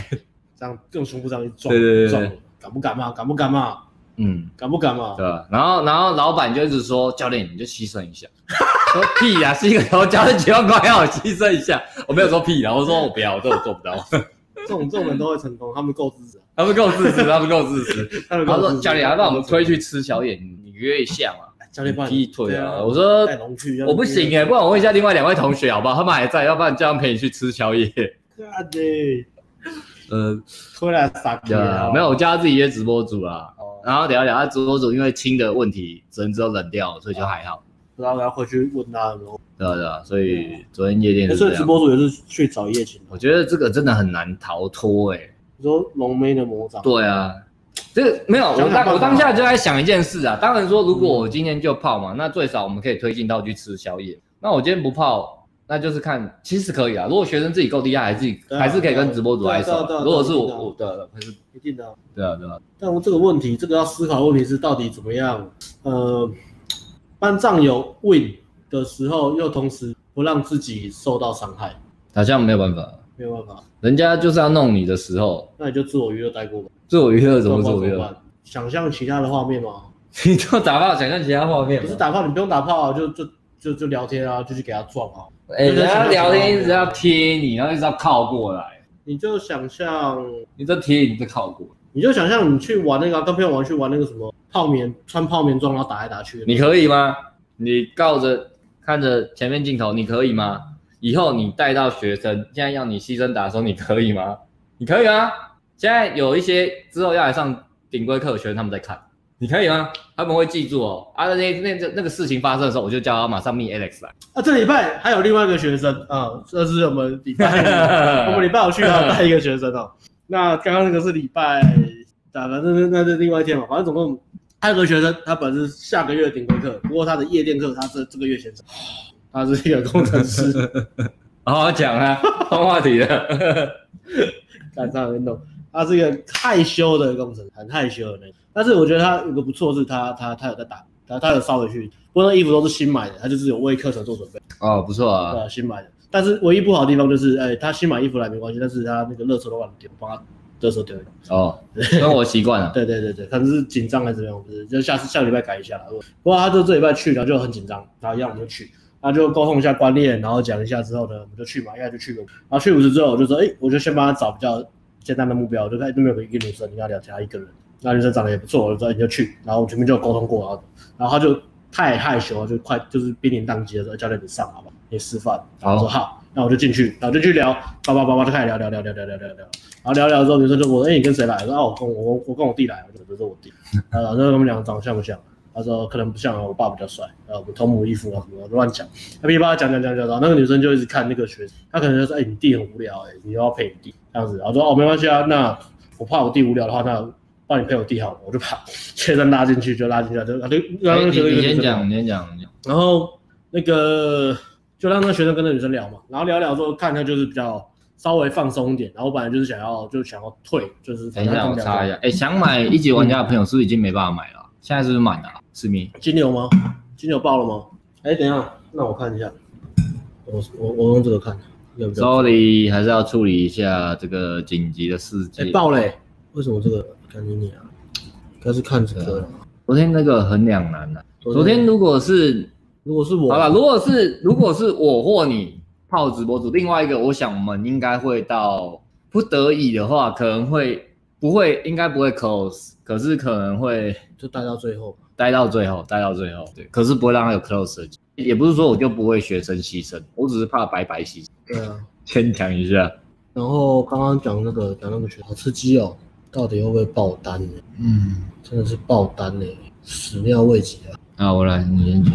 这样用胸部这样一撞，
对对对对
撞了，敢不敢嘛？敢不敢嘛？
嗯，
敢不敢嘛
对？吧？然后然后老板就一直说教练你就牺牲一下， *laughs* 说屁呀、是一个头教练几万块要我牺牲一下，我没有说屁啦，我说我不要，我这我做不到。
这种这种人都会成功，他们够自私，
他们够自 *laughs* 私，他们够自私。
他们
他
够自
说
私。
教练，要不然我们推去吃宵夜，你约一下嘛，
哎教练帮
劈
你
腿
对啊
啊！我说
带龙去，
我不行哎、不然我问一下另外两位同学好不好？他们还在，要不然这样陪你去吃宵
*laughs*
夜。
干的，
呃，
突然傻逼
对啊
了，
没有，我叫他自己约直播组啦。
哦，
然后聊一聊，他直播组因为亲的问题，只能只有冷掉，所以就还好。
然后我要回去问他有没有。
对啊对啊，所以昨天夜店
哎
是
所
这
以直
样。
播主也是去找夜情的，
我觉得这个真的很难逃脱哎、
你说龙妹的魔掌，
对啊，这个没有，我
想想办
当
法
我当下就在想一件事啊。当然说，如果我今天就泡嘛，那最少我们可以推进到去吃宵夜。那我今天不泡，那就是看，其实可以啊。如果学生自己够厉害，还是、
对啊
还是可以跟直播主来手啊
对啊对啊对。啊
如果是
对啊
我，我对啊对啊还是
一定的啊。
对啊对啊，
但我这个问题，这个要思考的问题是到底怎么样？呃，班上有 win 的时候，又同时不让自己受到伤害，
好像没有办法，
没有办法，
人家就是要弄你的时候，
那你就自我娱乐待过吧。
自我娱乐怎么
不
自
然
我
不
娱
然
乐？
办？想象其他的画面吗？
*laughs* 你就打炮，想象其他画面
不
嘛
是打炮，你不用打炮啊，就就就就聊天啊，就去给他撞啊。
哎、人家聊天一直
就是想象其
要
他画面
贴你，然后一直要靠过来，
你就想象，
你这贴你这靠过来。
你就想象你去玩那个啊、跟朋友玩去玩那个什么泡棉，穿泡棉装然后打来打去的。
你可以吗？你告着看着前面镜头，你可以吗？以后你带到学生，现在要你牺牲打的时候，你可以吗？你可以吗？现在有一些之后要来上顶规课的学生，他们在看，你可以吗？他们会记住哦。啊，那那那那个事情发生的时候，我就叫他马上密 Alex
啊，这礼拜还有另外一个学生啊，这是我们礼拜，
*laughs* 来
我们礼。拜有去要带一个学生哦。那刚刚那个是礼拜，啊，反正那那是另外一天嘛，反正总共还有个学生，他本来是下个月的顶规课，不过他的夜店课他是这个月先上，他是一个工程师。
好好讲啊，换话题了。
干上运动。他是一个害羞的工程师，很害羞的那种。但是我觉得他有个不错是他，他他有在打，他他有稍微去，不过那衣服都是新买的，他就是有为课程做准备，
哦，不错
对、
啊，
啊，新买的。但是唯一不好的地方就是，哎、他新买衣服来没关系，但是他那个热手都乱丢，帮他热手丢一丢。
哦，生活习惯啊了。
对对对对，可能是紧张还是怎么样，不是，就下次下礼拜改一下啦。如果不过他就这礼拜去，然后就很紧张，然后一样我们就去，然后就沟通一下观念，然后讲一下之后呢，我们就去嘛，一下就去个五，然后去五十之后，我就说，哎、我就先帮他找比较简单的目标，我就看那边有个一个女生，你跟她聊天，她一个人，那女生长得也不错，我就说哎你就去，然后我前面就有沟通过，然后然后他就太害羞了，就快就是濒临宕机的时候，教练你上好吧，你示范，然后我说好，那我就进去，然后就去聊，叭叭叭叭就开始聊聊聊聊聊聊聊聊。然后聊聊之后，女生就问我：“哎、你跟谁来？”我说：“啊，我跟我我我跟我弟来。”我说：“这是我弟。”然后他们两个长得像不像？他说：“可能不像啊，我爸比较帅。”然后我们同母异父啊什么的乱讲，他噼里啪啦讲讲讲讲，然后那个女生就一直看那个学生，她可能就说：“哎、你弟很无聊、哎，你要陪你弟这样子。”然后说：“哦，没关系啊，那我怕我弟无聊的话，那帮你陪我弟好了。”我就把学生拉进去，就拉进去了，就他就让
哎你
啊那个学生
你
跟女
先
生
讲，你先讲。你先讲
然后那个就让那个学生跟那女生聊嘛，然后聊一聊之后看他就是比较稍微放松一点，然后我本来就是想要就想要退，就是
等
反
一
正
下，我
聊
查一下。哎、想买一级玩家的朋友是不是已经没办法买了啊？现在是不是满了啊？是咪？
金牛吗？金牛爆了吗？哎，等一下，那我看一下，我我我用这个看，有没有？
Sorry，还是要处理一下这个紧急的事
哎
件。
爆嘞、为什么这个？赶紧你啊！应该是看这个。
昨天那个很两难啊。昨天如果是
如果是我，
好了，如果是如果是我或你泡直播组，另外一个，我想我们应该会到不得已的话，可能会不会应该不会 close，可是可能会
就待到最后。
待到最后，待到最后。对，可是不会让他有 close 的机会。也不是说我就不为学生牺牲，我只是怕白白牺牲。
对啊。
先讲一下，
然后刚刚讲那个讲那个学，好刺激哦！到底会不会爆单呢、
嗯，
真的是爆单嘞、始料未及啊！
那我来，你先讲。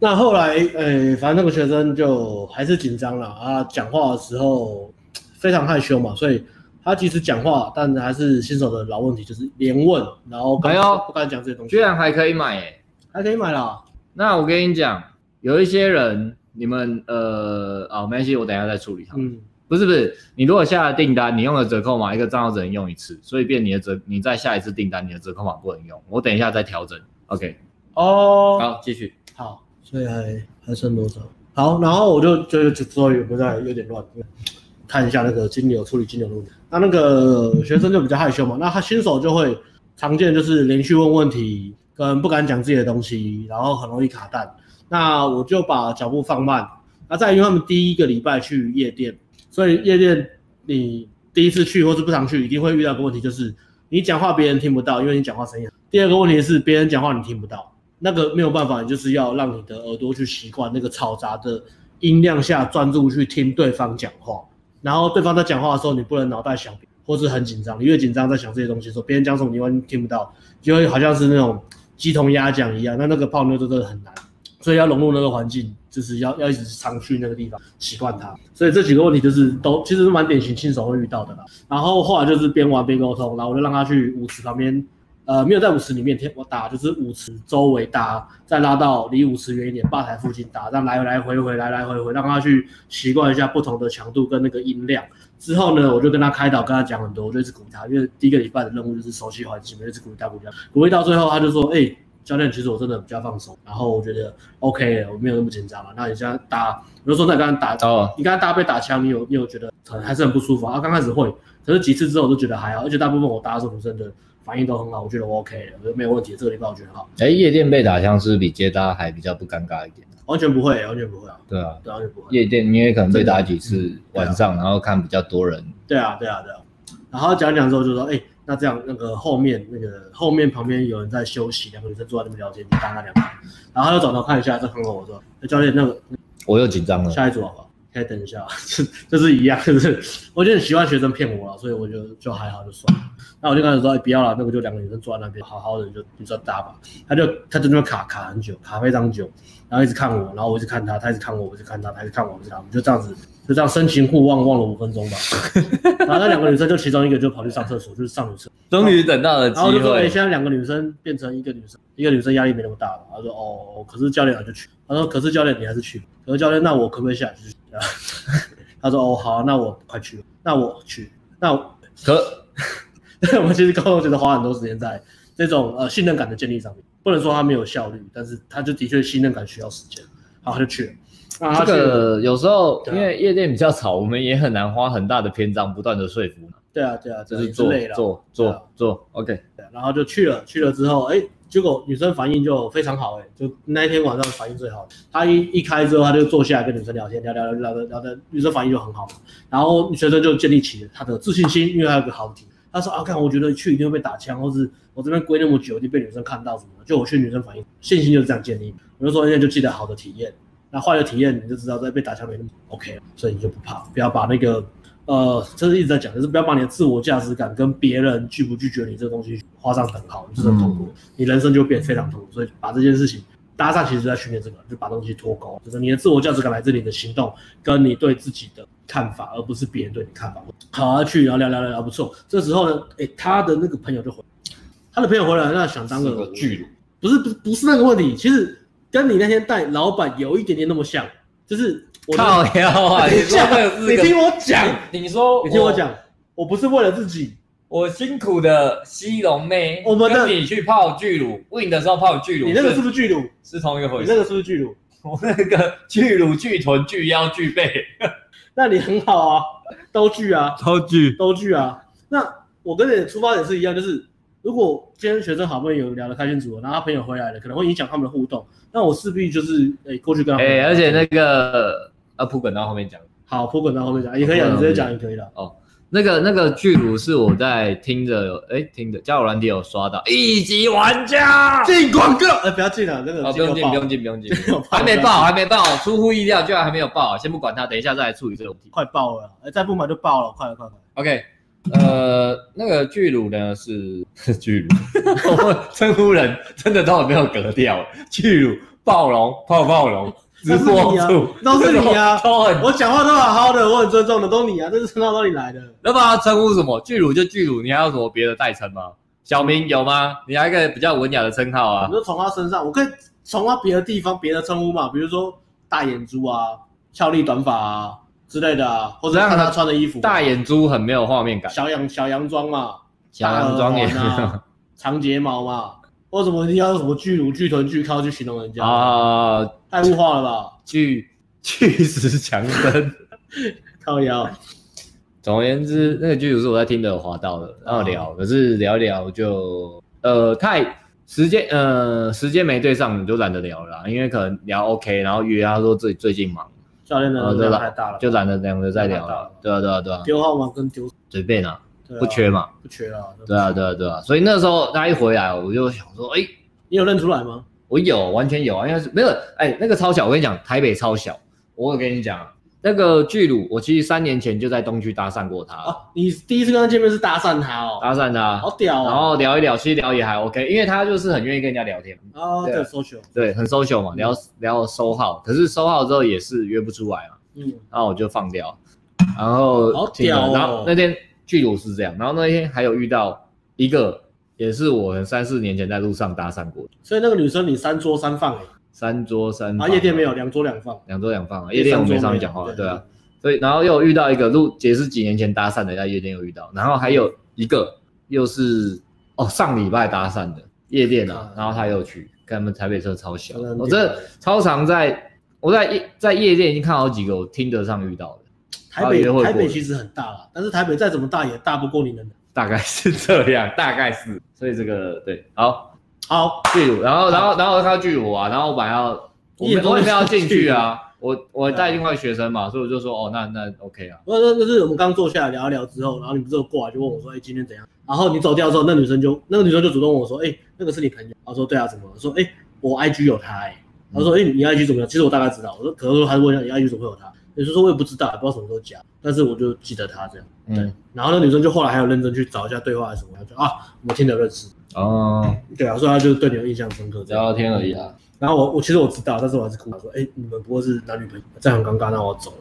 那后来，呃，反正那个学生就还是紧张了啊，讲话的时候非常害羞嘛，所以他即使讲话，但还是新手的老问题，就是连问，然后
哎呦
不敢讲这些东西，
居然还可以买耶、
还可以买啦。
那我跟你讲，有一些人，你们呃，哦，没关系，我等一下再处理它。
嗯，
不是不是，你如果下了订单，你用了折扣码，一个账号只能用一次，所以变你的折，你再下一次订单，你的折扣码不能用。我等一下再调整。OK，
哦，
好，继续。
好，所以还还剩多少？好，然后我就就就之后也不太有点乱，看一下那个金流处理金流的问题。那那个学生就比较害羞嘛，那他新手就会常见就是连续问问题，跟不敢讲自己的东西，然后很容易卡蛋。那我就把脚步放慢。那再因为他们第一个礼拜去夜店，所以夜店你第一次去或是不常去，一定会遇到一个问题，就是你讲话别人听不到，因为你讲话声音很。第二个问题是别人讲话你听不到，那个没有办法，你就是要让你的耳朵去习惯那个嘈杂的音量下专注去听对方讲话，然后对方在讲话的时候，你不能脑袋想别，或是很紧张，你越紧张在想这些东西的时候，别人讲什么你完全听不到，就会好像是那种鸡同鸭讲一样，那那个泡妞就真的很难，所以要融入那个环境，就是要要一直常去那个地方，习惯它。所以这几个问题就是都其实是蛮典型新手会遇到的啦。然后后来就是边玩边沟通，然后我就让他去舞池旁边呃，没有在舞池里面贴我打，就是舞池周围搭，再拉到离舞池远一点吧台附近搭，这样来来回回，来来回回，让他去习惯一下不同的强度跟那个音量。之后呢，我就跟他开导，跟他讲很多，我就一直鼓励他，因为第一个礼拜的任务就是熟悉环境，我就一直鼓励他，鼓励他，鼓励到最后，他就说：“哎、教练，其实我真的比较放松，然后我觉得 OK，了我没有那么紧张了。那你现在打，比如说那你刚刚打
哦，
你刚才搭被打枪，你有你有觉得很还是很不舒服啊？刚开始会，可是几次之后我都觉得还好，而且大部分我搭的时候女生的反应都很好，我觉得我 OK 了，我觉得没有问题。这个礼拜我觉得很好，
哎、夜店被打枪是比接搭还比较不尴尬一点。
完全不会，完全不会啊，
对啊，
对，完全不会。
夜店因为可能被打几次，
对啊
晚上然后看比较多人，
对啊，对啊，对啊。然后讲一讲之后就说，哎、那这样那个后面那个后面旁边有人在休息，两个女生坐在那边聊天，你搭那两个。然后他就转头看一下，再看看我说，哎教练，那个
我又紧张了。
下一组好不好？可以等一下， *laughs* 就就是一样，就是我就很喜欢学生骗我了，啊所以我就就还好就算了。那我就跟他说，哎、不要了，那个就两个女生坐在那边，好好的你就你就搭吧。他就他就那边卡卡很久，卡非常久，然后一直看我，然后我一直看他，他一直看我，我一直看他，他一直看我，我一直看他，我们就这样子就这样深情互望，望了五分钟吧。然后那两个女生就其中一个就跑去上厕所，就是上女厕。
终于等到了机
然后就说：“哎、
会，
现在两个女生变成一个女生，一个女生压力没那么大了。”他说：“哦，可是教练我就去。”他说：“可是教练你还是去。”可是教练，那我可不可以下去？ *laughs* 然后他说：“哦，好啊、那我快去，那我去，那我。 *laughs*
可”
我其实高中觉得花很多时间在这种呃信任感的建立上面，不能说他没有效率，但是他就的确信任感需要时间。好，他就去了。然
啊
这
后他去了
个有时候
对啊
因为夜店比较吵，我们也很难花很大的篇章不断的说服，
对啊对啊，
就
对啊
是
也
做
累了。
做
对啊
做做，OK。
对然后就去了，去了之后，哎，结果女生反应就非常好，哎，就那一天晚上反应最好。他一一开之后，他就坐下来跟女生聊天，聊聊聊聊聊的，女生反应就很好嘛。然后学生就建立起了他的自信心，因为他有个好题。他说啊，看我觉得去一定会被打枪，或是我这边归那么久，一定被女生看到什么的。就我去女生反应，信心就是这样建立。我就说，哎那就记得好的体验，那坏的体验你就知道在被打枪没那么 OK，了所以你就不怕，不要把那个呃，这是一直在讲，就是不要把你的自我价值感跟别人拒不拒绝你这个东西画上等号，你就是很痛苦，你人生就变得非常痛苦。所以把这件事情搭上，其实就在训练这个，就把东西脱钩，就是你的自我价值感来自你的行动跟你对自己的看法，而不是别人对你看法。好啊，去聊聊聊聊聊，不错。这时候呢，诶，他的那个朋友就回，他的朋友回来，那想当
是
个
个
嗯
巨乳，
不是不是不是那个问题，其实跟你那天带老板有一点点那么像，就是我的 *laughs*
靠腰啊！
*laughs* 你说会有四个
你听我讲，
你说，
哦
你听我，讲，我不是为了自己，
我辛苦的西龙妹，
我们的
跟你去泡巨乳，win 的时候泡巨乳，
你那个是不是巨乳？
是同一个
你
回
那
事？
个是不是巨乳？
我那个巨乳、巨臀、巨腰、巨背，
那你很好啊，都巨啊，
超巨
都巨啊。那我跟你的出发点是一样，就是如果今天学生好不容易有聊得开心组合，然后他朋友回来了，可能会影响他们的互动，那我势必就是诶、过去跟他们
哎，而且那个啊，铺滚到后面讲，
好铺滚到后面讲也可以啊，
嗯
你直接讲也可以了。
那个那个巨乳是我在听着有哎听着，交友软体有刷到一级玩家。
进广告，哎、不要进了，那个
哦，不用进，
进
不
广告
用进，不用进，
*laughs* 这个爆
*laughs* 还没爆，还没爆，出乎意料，居然还没有爆，先不管它，等一下再来处理这个问题。
快爆了，哎、再不买就爆了，快了快了。
OK，呃，那个巨乳
*laughs*
呢是巨乳，我称呼人真的都没有格调，巨乳、暴龙、泡泡龙、
直播主
都是你
*laughs*
啊
都很
我讲话都好好的，我很尊重的，都你啊，这是从哪里来的？
那把它称呼什么？巨乳就巨乳，你还有什么别的代称吗？小明有吗？你还有一个比较文雅的称号啊
你？就从他身上，我可以从他别的地方、别的称呼嘛，比如说大眼珠啊、俏丽短发啊之类的啊，或者看他穿的衣服，啊
大眼珠很没有画面感，
小洋小洋装嘛，
小洋装也
大耳环啊，长睫毛嘛，为什么一定要用什么巨乳、巨臀、巨靠去形容人家？
啊，
太物化了吧，
巨巨石强森。
靠腰。
*laughs* 总而言之，那个剧组是我在听的有滑到的，然后聊，可是聊一聊就呃太时间呃时间没对上，你就懒得聊了啦，因为可能聊 OK，然后约他说自己最近忙，
教练的
然后
能
就
量太
懒
大了，
就懒得两个再聊
太大
了
了，
对啊对啊对啊，
丢号码跟丢
随便啊，
对啊
不缺嘛，
不缺啊，
对啊对啊对啊，所以那时候他一回来，我就想说，哎、
你有认出来吗？
我有，完全有啊，因为是没有，哎、那个超小，我跟你讲，台北超小，我跟你讲，啊那个巨乳，我其实三年前就在东区搭讪过他，
啊，你第一次跟他见面是搭讪他哦，
搭讪他，
好屌
然
哦，
后聊一聊，其实聊也还 OK，因为他就是很愿意跟人家聊天，
啊，
对
对
啊
，social，
对，很 social
嗯
嘛，聊聊收号，可是收号之后也是约不出来嘛，
嗯，
然后我就放掉，然后
好
听了
屌哦
然后那天剧组是这样，然后那天还有遇到一个，也是我三四年前在路上搭讪过的，
所以那个女生你三桌三放哎，
三桌三
啊，
放
夜店没有，两桌两放，
两桌两嗯放啊，夜店我没上去讲话，对啊，，所以然后又有遇到一个路，也是几年前搭讪的，在夜店又遇到，然后还有一个又是哦上礼拜搭讪的夜店啊
啊，
然后他又去，看他们台北车超小，
真的很
我这
屌
超常在我在夜在夜店已经看好几个我听得上遇到的，
台北
啊约会过
台北其实很大啦，但是台北再怎么大也大不过你们的。
大概是这样，大概是，所以这个对，好
好，
巨乳， *laughs* 然后然后然后看到巨乳啊，然后我本来要 *laughs* 我
夜
没
店
我也没有要进去啊，我我带另外一个学生嘛，所以我就说哦那那 OK 啊，
那那就是我们刚坐下来聊一聊之后，然后你不是有过来就问我说，哎，今天怎样？然后你走掉之后，那女生就那个女生就主动问我说，哎，那个是你朋友？我说对啊，怎么了？我说哎，我 IG 有他哎。他说：“哎、你 IG 怎么样？”其实我大概知道。我说：“可能说还是问一下你 IG 怎么会有他？”也就是说我也不知道，也不知道什么时候加，但是我就记得他这样。
嗯
然后那女生就后来还有认真去找一下对话还是什么，她就啊，我听得认识。
哦
对啊，所以她就对你有印象深刻。这
聊
样。
聊天而已啊。
然后我我其实我知道，但是我还是哭。我说：“哎、你们不会是男女朋友？”这样很尴尬，那我走了。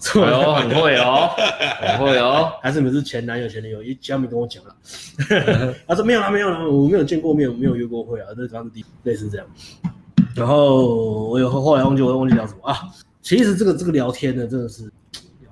这
哎呦，
样
很会哦，很会哦。
还是你们是前男友前女友？一他没跟我讲了。 *laughs* 他说没有啦，没有啦，我没有见过面，我没有约过会啊，这刚第类似这样。然后我有后后来忘记我忘记聊什么啊。其实这个这个聊天呢，真的是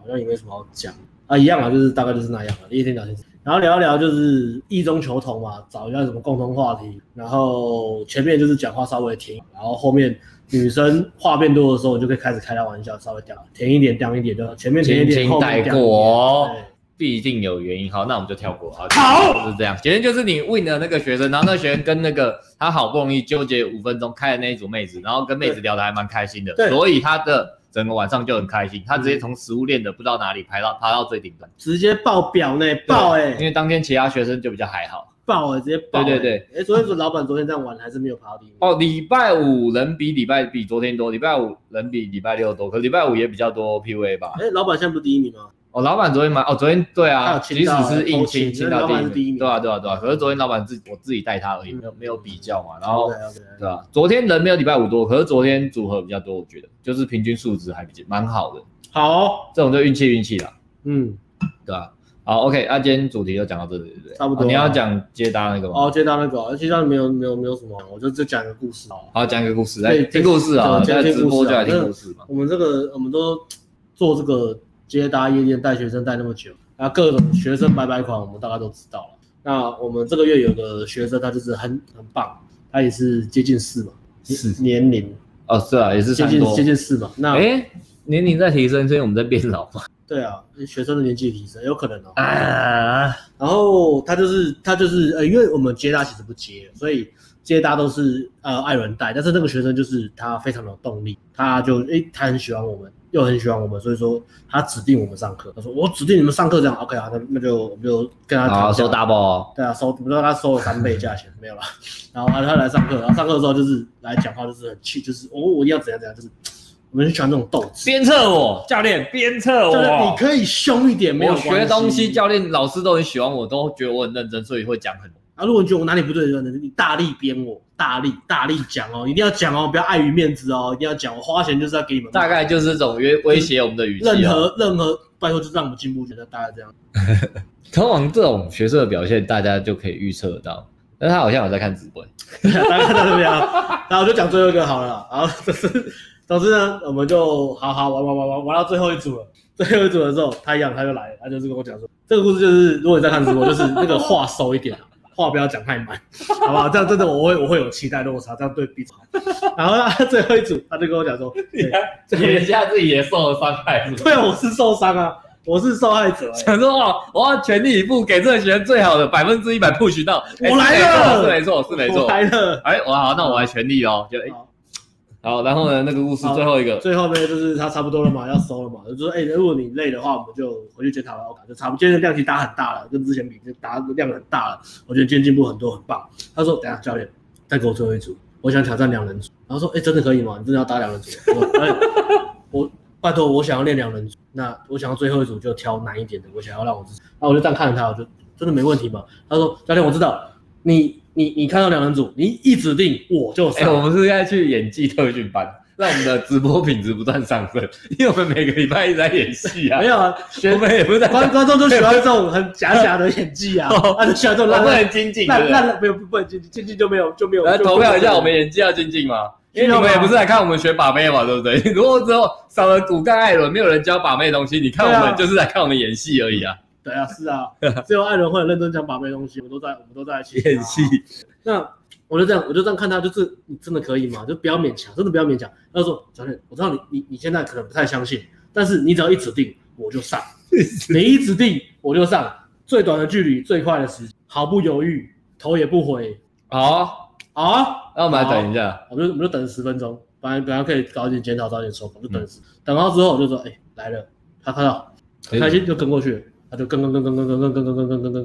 好像也没什么好讲啊，一样啊，就是大概就是那样啊，夜天聊天。然后聊一聊就是异中求同嘛，找一下什么共同话题。然后前面就是讲话稍微甜，然后后面女生话变多的时候，你就可以开始开她玩笑，稍微讲甜一点，讲一点就前面甜一
轻
点，
轻
后
带
面讲一
过
点。
哦
对，
必定有原因。好，那我们就跳过。好，
好
就是这样。结论就是你 win 了那个学生，然后那个学生跟那个他好不容易纠结五分钟开的那一组妹子，然后跟妹子聊得还蛮开心的，
对
所以他的整个晚上就很开心。他直接从食物链的不知道哪里排到爬到最顶端，
直接爆表呢，爆哎、
因为当天其他学生就比较还好。
爆哎、直接爆、欸。
对对
对。哎、昨天说老板昨天这样玩还是没有爬到第一名。
哦，礼拜五人比礼拜比昨天多，礼拜五人比礼拜六多，可礼拜五也比较多 PUA 吧。
哎、老板现在不是第一名吗？
哦，老板昨天买哦，昨天对
他有
啊，即
亲
使
到
是硬亲，
偷亲
亲到
那老板是
第
第
一
一
名，
名嗯
对啊对啊对啊。可是昨天老板自己我自己带他而已，没有没有比较嘛。然后
OK OK。
对啊，昨天人没有礼拜五多，可是昨天组合比较多，我觉得就是平均数值还比较蛮好的，
好哦、
这种就运气运气啦，
嗯，
对吧、好，OK，那、今天主题就讲到这里，对不对？
差不多啊
哦你要讲接搭那个吗？
哦，接到那个，接到没有没有没有什么，啊我就就讲个故事哦。
好，讲一个故事，
对
来听故事啊，
对
在直播就来
听
听故
故
事嘛。
我们这个我们都做这个接搭夜店带学生带那么久，那各种学生白白款我们大概都知道了。那我们这个月有个学生，他就是很很棒，他也是接近四嘛，
是
年龄
哦，是啊，也是
接
三
近
多
接。近四嘛。那、
哎、年龄在提升，所以我们在变老嘛。
对啊，学生的年纪提升有可能哦。
啊，
然后他就是他就是呃，因为我们接搭其实不接，所以接搭都是呃艾伦带，但是那个学生就是他非常有动力，他就诶他很喜欢我们，又很喜欢我们，所以说他指定我们上课，他说我指定你们上课这样，OK 啊，那那就我们就跟他
好，
谈
收
价
double 哦。
对啊，收，不知道他收了三倍价钱没有啦。 *laughs* 然后他他来上课，然后上课的时候就是来讲话，就是很气，就是哦我一定要怎样怎样，就是我们就喜欢这种斗志，
鞭策我，教练鞭策
就是你
我。
可以凶一点，没有
我
关系
学东西，教练老师都很喜欢我，都觉得我很认真，所以会讲很多。
啊，如果你觉得我哪里不对，你大力编我，大力大力讲哦，一定要讲哦，不要碍于面子哦，一定要讲。我花钱就是要给你们骂。
大概就是这种约威胁我们的语气、哦。
任何任何，拜托就让我们进步，觉得大概这样。
通往这种学生的表现，大家就可以预测得到。但他好像有在看直播，
大概到这边啊，然后我就讲最后一个好了。然后总之，总之呢，我们就好好玩玩玩玩玩到最后一组了。最后一组的时候，他一样他就来了，他就是跟我讲说，这个故事就是，如果你在看直播，就是那个话收一点啊，话不要讲太满，好不好？这样真的我会我会有期待落差，这样对彼此好。然后他最后一组，他就跟我讲说，对
你人家自己也受了伤害，是不是
对啊，我是受伤啊，我是受害者、欸。
想说哦，我要全力以赴给这个学生最好的百分之一百 push 到。哎
我来了
是没错，是没错，是没
我
错。
来了。
哎，我好，那我来全力哦，就哎
好。
好，然后呢，那个故事
好
最后一个，
最后呢，就是他差不多了嘛，要收了嘛，就说，哎、如果你累的话，我们就回去检讨劳卡，就差不多。今天的量级打很大了，跟之前比，就打量很大了。我觉得今天进步很多，很棒。他说，等一下教练，再给我最后一组，我想挑战两人组。然后说，哎、真的可以吗？你真的要打两人组？我说，哎、我拜托，我想要练两人组，那我想要最后一组就挑难一点的，我想要让我自己。然后我就这样看着他，我就真的没问题嘛。他说，教练，我知道你。你你看到两人组，你一指定我就
*laughs* 哎、
上。
我们是该去演技特训班，让我们的直播品质不断上升，因为我们每个礼拜一直在演戏啊，
没有啊，学
我们也不
*laughs*
是在
观观众都喜欢这种很假假的演技啊，
哦
啊，就喜欢这种
我
烂
们
烂
很精进，对
烂
不对
烂烂，没有不不进进进就没有就没有。
来
就
投票一下，
就
我们演技要精进吗？因为
需要
你
吗
们也不是来看我们学把妹嘛，对不 *laughs* 对？如果之后少了骨干艾伦，没有人教把妹的东西，你看我
对
们
啊
就是来看我们演戏而已啊，
对啊是啊，只有艾伦会很认真讲把妹东西，我们都在我们都在一起
演戏。
那我就这样，我就这样看他，就是你真的可以吗？就不要勉强，真的不要勉强。他说：“教练，我知道你你你现在可能不太相信，但是你只要一指定我就
*laughs*
上，你一指定我就上，最短的距离，最快的时间，毫不犹豫，头也不回。
好，”
好啊，
那我们来等一下，
我们就我们就等十分钟，本来本来可以早点检讨，早点收工，就等十、等到之后我就说，哎、来了，他看到很
哎
开心就跟过去，他就跟跟跟跟跟跟跟跟跟跟跟跟跟跟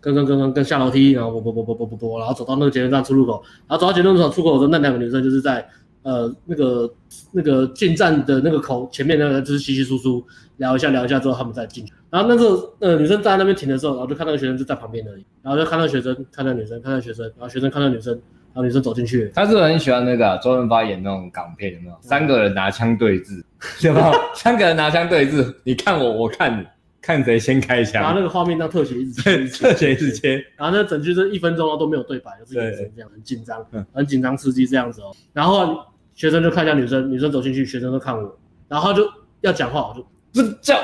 跟跟跟跟下楼梯，然后啵啵啵啵啵啵啵，然后走到那个捷运站出入口，然后走到捷运站出口的时候，那两个女生就是在呃那个那个进站的那个口前面那个就是稀稀疏疏聊一下聊一下之后，他们再进去。然后那时候呃女生站在那边停的时候，然后就看那个学生就在旁边而已，然后就看到学生看到女生看到学生，然后学生看到女生，然后女生走进去。
他是很喜欢那个啊周润发演那种港片，有没有？三个人拿枪对峙，有没有？三个人拿枪对峙，你看我，我看你，看谁先开
然后
枪。
那个画面当特写一直切，一
对，
直切
这谁是。
一直切嗯
切？
然后那整句这一分钟都没有对白，就是眼神这样，很紧张，很紧张刺激这样子哦。然后学生就看向女生，女生走进去，学生都看我，然后就要讲话，我就，
不叫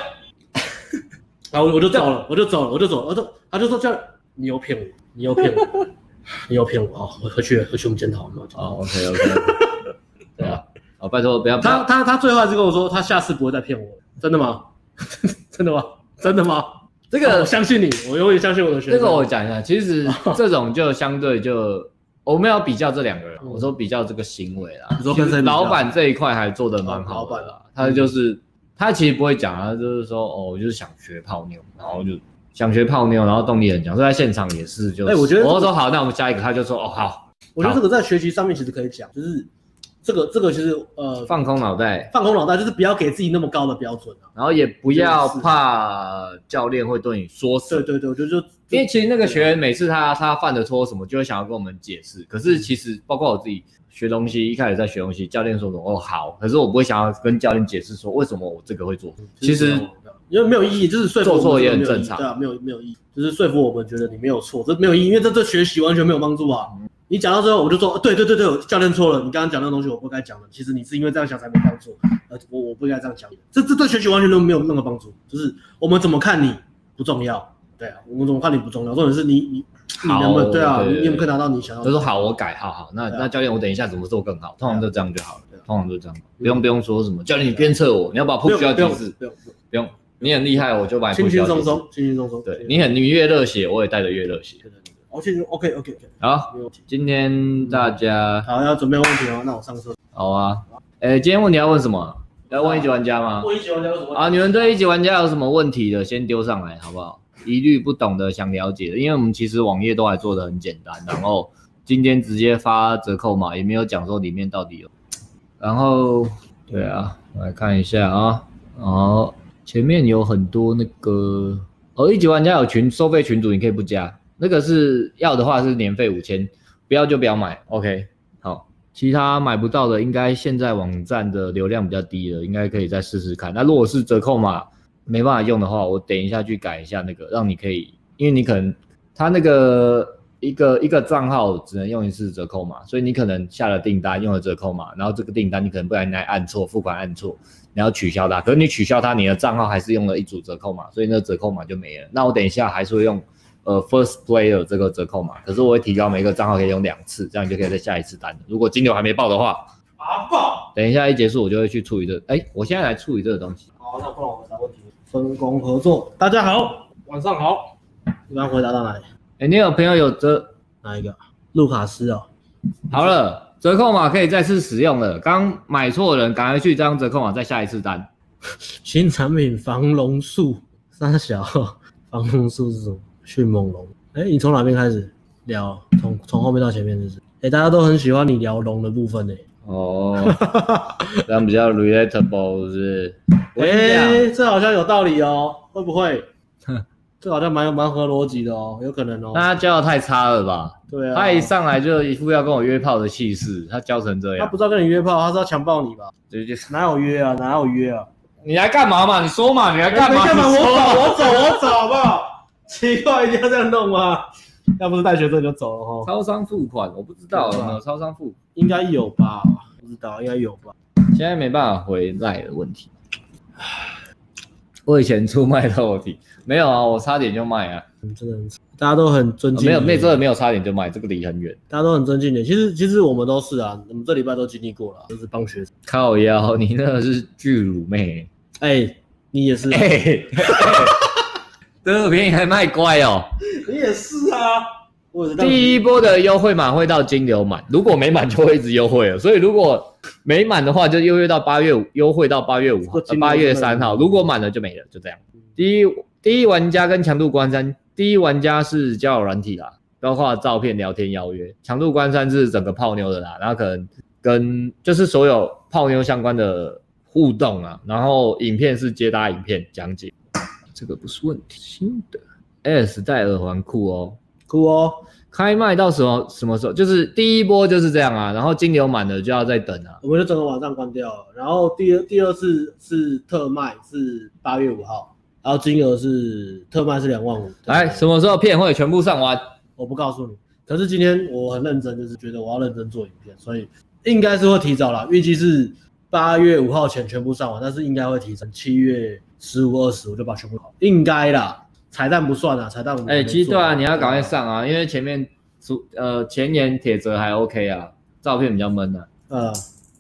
然后我就走了，我就走了，我就走了，我就他就说这样，你又骗我，你又骗我， *laughs* 你又骗我啊！我回去了回去我们检讨，我们检讨
哦，OK OK，对 *laughs* 啊，哦，拜托不要不
他
要，
他他最后还是跟我说，他下次不会再骗我了，真的吗？ *laughs* 真的吗？真的吗？哦
这
我
个
相信你，我永远相信我的学
这
生。
个我讲一下，其实这种就相对就我没有比较这两个人，我说比较这个行为啦。
你说跟谁比较
其实老板这一块还做的蛮好的
哦老板
啦，他就是他其实不会讲，他就是说哦，我就是想学泡妞，然后就想学泡妞，然后动力很强，所以在现场也是就，
哎我觉得这个
我说好，那我们下一个，他就说哦好，
我觉得这个在学习上面其实可以讲，就是这个这个其实呃
放空脑袋，
放空脑袋，就是不要给自己那么高的标准啊。
然后也不要
是
怕教练会对你说什
对
么。
对对，我觉得就
因为其实那个学员每次他他犯的错什么，就会想要跟我们解释。可是其实包括我自己学东西，一开始在学东西，教练说什么哦好，可是我不会想要跟教练解释说为什么我这个会做。其实
因为没有意义，就是说服我们
做错也很
没有意义
正常
对啊，没有没有意义，就是说服我们觉得你没有错，这没有意义，因为这对学习完全没有帮助啊。你讲到最后，我就说，对对对对，教练错了，你刚刚讲那个东西我不该讲的，其实你是因为这样想才没这样做，呃，我我不应该这样讲你，这这对学习完全都没有任何帮助，就是我们怎么看你不重要，对啊，我们怎么看你不重要，重点是你你你能不
好
能对
对
啊，
对
你
对
你有没有拿到你想要
他
的？
说好，我改，好好，那
对啊
那教练我等一下怎么做更好，通常就这样就好了
对啊，
通常就这样，不用不用说什么教练你鞭策我，你要把我 push 到
不
极
用不
致
用，不用，不用
不用，你很厉害，我就把你
轻
push
轻
到
松
极致。
松，轻轻松松，
对
轻轻松松
你很你越热血，我也带的越热血。
对对对，哦，轻轻 OK OK OK，
好，
没有问题。
今天大家
*laughs* 好，要准备问题哦，那我上车。
好啊，诶，今天问题要问什么？要问一级玩家吗？
一起玩家有什么
啊，你们对一级玩家有什么问题的，先丢上来好不好？一律不懂的、想了解的，因为我们其实网页都还做的很简单，然后今天直接发折扣码，也没有讲说里面到底有。然后，对啊，我来看一下啊，哦，前面有很多那个，哦，一级玩家有群收费群组，你可以不加，那个是要的话是年费五千，不要就不要买。OK，好，其他买不到的，应该现在网站的流量比较低了，应该可以再试试看。那如果是折扣码没办法用的话，我等一下去改一下那个，让你可以，因为你可能他那个一个一个账号只能用一次折扣码，所以你可能下了订单用了折扣码，然后这个订单你可能不然你还按错付款按错，你要取消它，可是你取消它，你的账号还是用了一组折扣码，所以那折扣码就没了。那我等一下还是会用呃 First Player 这个折扣码，可是我会提高每个账号可以用两次，这样你就可以再下一次单了。如果金流还没爆的话，
啊爆！
等一下一结束我就会去处理这哎、我现在来处理这个东西。
好，那不然我们找问题，分工合作。大家好，晚上好。一般回答到哪里？
哎、你有朋友有折
哪一个？路卡斯哦。
好了，折扣码可以再次使用了。刚买错人，赶快去这张折扣码再下一次单。
新产品防龙术，三小 *laughs* 防龙术是什么？迅猛龙。哎、你从哪边开始聊？从从后面到前面就是。哎、大家都很喜欢你聊龙的部分呢、
哦， *laughs* 这样比较 relatable 是不是？我
哎、
跟你讲
这好像有道理哦，会
*laughs*
不会？这好像蛮有蛮合逻辑的哦，有可能哦。
那他教的太差了吧？
对啊，
他一上来就一副要跟我约炮的气势，他教成这
他
样
不，知道跟你约炮，他是要强暴你吧？
就就
哪有约啊？哪有约啊？
你来干嘛嘛？你说嘛？你来
干
干嘛？
干嘛？
你
我
说嘛
走，我走，我走，好不好？奇怪，一定要这样弄吗？要不是大学生就走了哦。
超商付款，我不知道啊
啊
有没有超商付，
应该有吧？不知道，应该有吧？
现在没办法回赖的问题。我以前出卖肉体，没有啊，我差点就卖啊，
嗯，真的很惨，大家都很尊
啊
敬、
没有，没有，真的，没有差点就卖，这个离很远。
大家都很尊敬你。其实，其实我们都是啊，我们这礼拜都经历过了，就是帮学生。
靠腰，你那个是巨乳 *laughs* 妹，
哎、你也是、啊，
哎、 *laughs* 欸，这个便宜还卖乖哦。
你也是啊。我也是
第
一，
一波的优惠码会到金流满，如果没满就会一直优惠了。所以如果没满的话，就优惠到八月五，优惠到八月五号呃
这个、金流
八、
真的
月三号。如果满了就没了，就这样。第一第一玩家跟强度关山，第一玩家是交友软体啦，包括照片、聊天、邀约。强度关山是整个泡妞的啦，然后可能跟就是所有泡妞相关的互动啊，然后影片是接搭影片讲解，这个不是问题。新的 S 戴耳环酷哦，
酷哦。
开卖到什么什么时候？就是第一波就是这样啊，然后金流满了就要再等啊。
我们就整个晚上关掉了。然后第二第二次是特卖，是八月五号，然后金额是特卖是两万五。
来，哎什么时候片会全部上完？
我不告诉你。可是今天我很认真，就是觉得我要认真做影片，所以应该是会提早啦。预计是八月五号前全部上完，但是应该会提成七月十五、二十，我就把全部搞。应该啦，彩蛋不算啦，彩蛋我们
哎、
还没
其实
做
对啊，你要赶快。上啊，因为前面主呃前年铁则还 OK 啊，照片比较闷啊，
呃，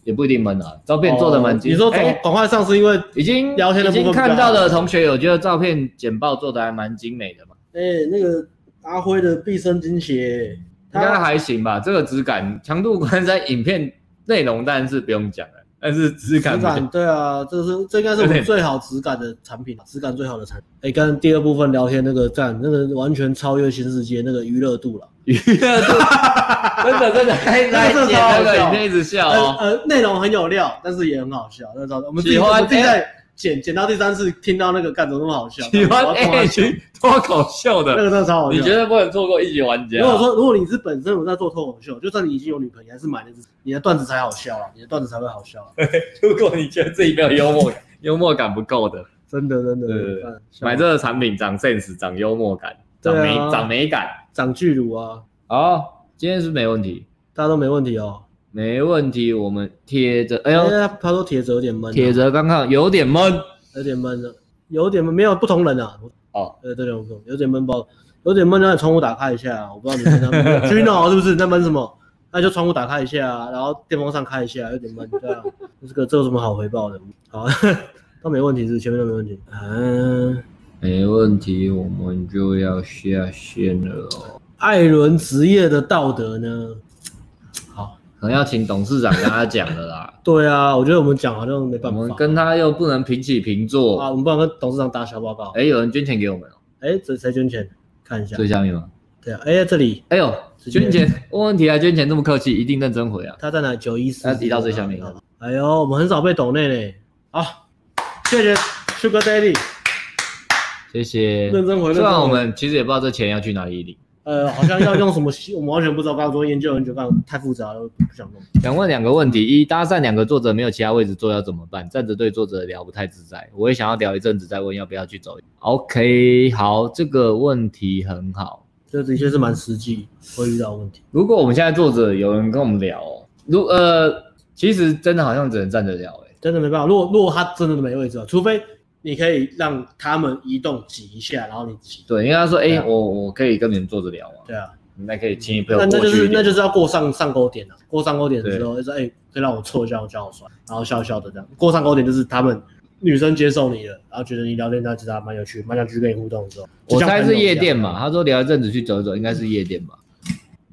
也不一定闷啊，照片做的蛮
哦
精、
你说赶
哎
赶快上是因为
已经
聊天的
已
部分
经
比较好
看到的同学有觉得照片简报做的还蛮精美的嘛，
哎、那个阿辉的毕生精血，
应该
他
还行吧？这个质感强度关山影片内容当然是不用讲了，但是质感
质
不行
感对啊，这是这应该是我
对
们最好质感的产品，啊质感最好的产品。哎，刚刚第二部分聊天那个赞，那个完全超越新世界那个娱乐度了。
娱乐度，啊真的真的来 *laughs* 来
真的
姐
超
那
好笑
个影片一直笑
呃
哦。
呃，内容很有料，但是也很好笑。那时候我们自己
喜欢哎
我们自己在剪剪到第三次，听到那个干怎么那么好笑？
喜欢
我要夸
A 群脱口秀的，
那个真的超好笑。
你绝对不能错过一级玩家。
如果说如果你是本身有在做脱口秀，就算你已经有女朋友，你还是买那只，你的段子才好笑啊，你的段子才会好
*laughs*
笑啊。
如果你觉得自己没有幽默感，幽默感不够的，
真的真的
对对对
嗯
买这个产品长 sense，长幽默感，长
对
美
啊
长美感。
长巨乳啊，
好，今天是没问题，
大家都没问题哦。
没问题。我们贴着，哎
因为
呦，
他他说铁子有点闷啊，
贴着刚刚有点闷
有点闷了，有点闷，没有不同人啊。
哦，
呃，对对，我有点闷包，有点闷，那你窗户打开一下、啊，我不知道你在
*laughs*
那闷 Gino 啊是不是你在闷什么？那就窗户打开一下、啊，然后电风扇开一下、有点闷，对啊， *laughs* 这个这有什么好回报的？好， *laughs* 都没问题，是不是前面都没问题。嗯，
没问题，我们就要下线了哦。
艾伦职业的道德呢？好，
可能要请董事长跟他讲了啦。
对啊，我觉得我们讲好像没办
我
法，
们跟他又不能平起平坐。
啊，我们不能跟董事长打小报告。
哎、有人捐钱给我们哦，
哎，谁谁捐钱？看一下，
最下面吗？
对啊，哎，这里
哎呦，
直接
捐钱问问题还捐钱，这么客气，一定认真回啊！
他在哪？九一四，
他移到最下面
哎呦，我们很少被抖内嘞。好，谢谢 Sugar Daddy。
谢谢。
认真回认真回
虽然我们其实也不知道这钱要去哪里领，
呃，好像要用什么系，我们完全不知道。刚刚说研究很久，刚刚太复杂了，不不想弄。
想问两个问题：一，搭讪两个作者没有其他位置坐要怎么办？站着对作者聊不太自在，我也想要聊一阵子，再问要不要去走。OK，好，这个问题很好。
这的确是蛮实际会遇到的问题。
如果我们现在作者有人跟我们聊哦，如呃，其实真的好像只能站着聊、欸，
真的没办法。如果如果他真的没位置了，除非你可以让他们移动挤一下，然后你挤。
对，因为他说，哎、
对啊
我我可以跟你们坐着聊吗？
对啊，
那可以请你陪我
那
过去
那
一
就是
点
那就是要过上上钩点了、啊过上钩点之后，就说哎、可以让我搓一下，我叫我酸，然后笑笑的这样。过上钩点就是他们女生接受你了，然后觉得你聊天他其实还蛮有趣，蛮想去跟你互动的时候。
我猜是夜店
就
嘛，他说聊一阵子去走一走，应该是夜店吧。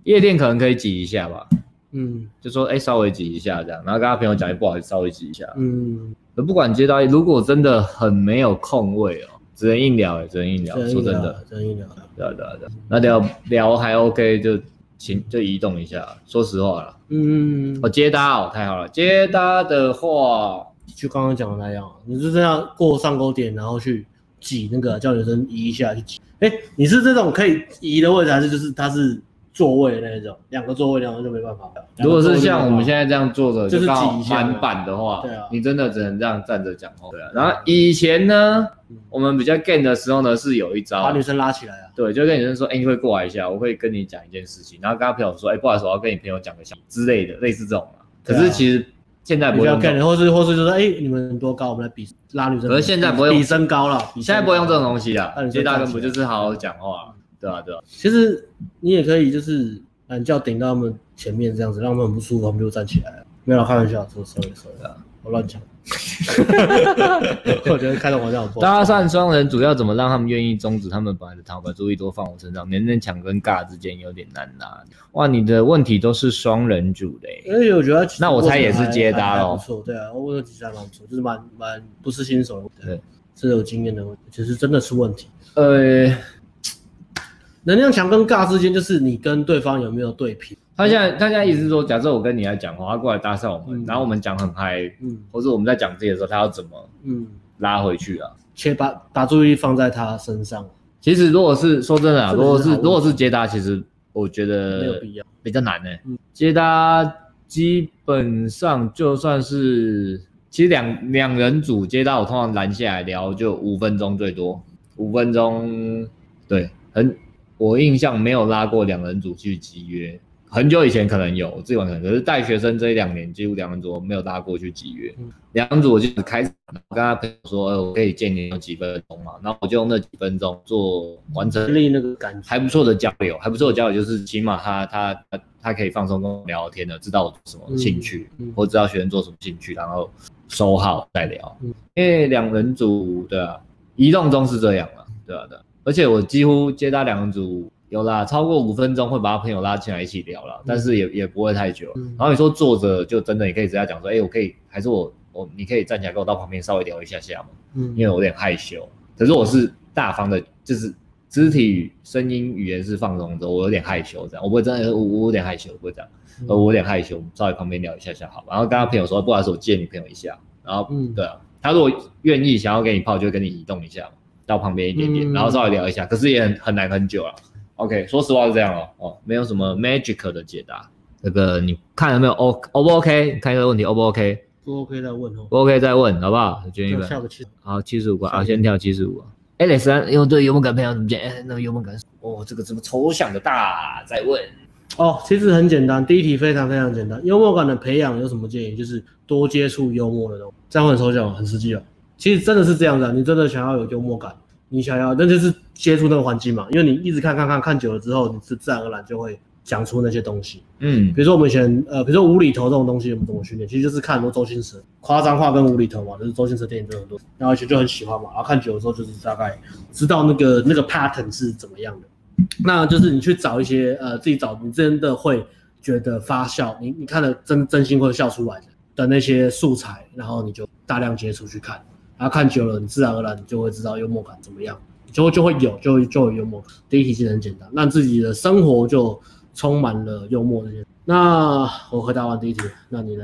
夜店可能可以挤一下吧，
像
就说哎、稍微挤一下这样，然后跟他朋友讲，哎不好意思，稍微挤一下。
朋友一样。嗯嗯，
可不管接到，如果真的很没有空位哦，只能硬聊哎、只能硬聊。
真
说真
的
的，，
真的。
对啊对啊对啊，那聊聊还 OK 就行，就移动一下。说实话了，
嗯，
哦接搭哦太好了，接搭的话，
就刚刚讲的那样，啊你是这样过上钩点，然后去挤那个叫女生移一下去挤。哎、你是这种可以移的位置，还是就是它是座位的那种，两个座位，然后就没办法。
如果是像我们现
在，
在这样坐着，
就是
刚好
挤一下嘛
满版的话，
对啊
你真的只能这样站着讲话。对啊，然后以前呢
嗯，
我们比较 gay 的时候呢，是有一
把
招
女，生拉起来啊，
对，就跟女生说，哎、你会过来一下，我会跟你讲一件事情，然后跟他朋友说，哎、不好意思，我要跟你朋友讲个小之类的，类似这种嘛。可
对啊
是其实现在不
比
会
较
用这种，
干的，或是或是就是哎、你们多高，我们来比拉女生。
可是现在不会用
比身高了，比身高
现在不会用这种东西啦
啊那，你就
接大
站
根
起
不
来
就是好好讲话，
嗯
对啊，对啊，
其实你也可以就是懒觉顶到他们前面这样子，让他们很不舒服，他们就站起来了。没有啦开玩笑，说 sorry sorry，
啊
我乱讲。 *laughs* 我觉得开的玩笑很不好。
搭讪双人组要怎么让他们愿意终止他们本来的逃把注意多放我身上？勉勉强跟尬之间有点难啦。哇，你的问题都是双人组嘞、
因为我觉得其实
那我猜也是接搭咯
还还不错，对啊，我觉得其实还蛮不错，就是蛮蛮不是新手的，
对，
是有经验的问题，其实真的是问题。
呃，
能量强跟尬之间，就是你跟对方有没有对频，
他现在他现在意思是说，假设我跟你来讲话，他过来搭讪我们，
嗯
然后我们讲很嗨，
嗯
或者我们在讲自己的时候，他要怎么
嗯，
拉回去啊？
且把把注意力放在他身上，
其实如果是说真的啊，
这
如
个是
果是
好问题
如果是接搭，其实我觉
没有
得
必要。
比较难呢、
嗯
接搭基本上就算是，其实两两人组接搭，我通常拦下来聊就五分钟最多，五分钟，对，很我印象没有拉过两人组去集约，很久以前可能有，我自己玩可能，可是带学生这一两年几乎两人组我没有拉过去集约
嗯，
两人组我就只开始我跟他朋友说，呃我可以见你有几分钟嘛，然后我就用那几分钟做完成
建立那个感觉，
呃还不错的交流，还不错的交流就是起码他他他他可以放松跟我聊天的，知道我做什么兴趣，
嗯嗯
我知道学生做什么兴趣，然后收号再聊。
嗯
因为两人组对啊，移动中是这样了、对啊对啊而且我几乎接搭两人组有啦，超过五分钟会把朋友拉进来一起聊了，但是也也不会太久。啊
嗯
然后你说坐着就真的你可以直接讲说，哎、我可以还是我我你可以站起来跟我到旁边稍微聊一下下嘛。
嗯
因为我有点害羞。可是我是大方的，就是肢体、声音、语言是放松的，我有点害羞这样，我不会真的，我我有点害羞，不会这样，呃，我有点害羞，稍微旁边聊一下下好吧。然后跟他朋友说，不好意思，我借你朋友一下。然后，
嗯
对啊，他如果愿意想要跟你泡，就跟你移动一下嘛，到旁边一点点，
嗯
然后稍微聊一下。可是也很很难很久了。OK，说实话是这样哦，哦，没有什么 magic 的解答。这个你看有没有 O O 不 OK？你看这个问题 O 不 OK？
不 OK 再问哦。
不 OK 再问好不好？娟一
就
本。
下个期，
好，七十五块，
下
啊，
一
先跳七十五。Alex，啊用对幽默感培养怎么讲？哎，那个幽默感是，哦，这个怎么抽象的大在问？
哦，其实很简单，第一题非常非常简单。幽默感的培养有什么建议？就是多接触幽默的东西，这样会很抽象，很实际哦。其实真的是这样的、啊你真的想要有幽默感，你想要，那就是接触那个环境嘛。因为你一直看看看看久了之后，你是自然而然就会讲出那些东西。
嗯
比如说我们以前，呃，比如说无厘头这种东西，我们怎么训练？其实就是看很多周星驰夸张话跟无厘头嘛，就是周星驰电影就很多，然后以前就很喜欢嘛，然后看久了之后就是大概知道那个那个 pattern 是怎么样的。那就是你去找一些呃自己找你真的会觉得发笑，你你看了真真心会笑出来的的那些素材，然后你就大量接触去看，然后看久了，你自然而然你就会知道幽默感怎么样，就就会有就会就有幽默感。第一题其实很简单，让自己的生活就充满了幽默这些。那我回答完第一题，那你呢？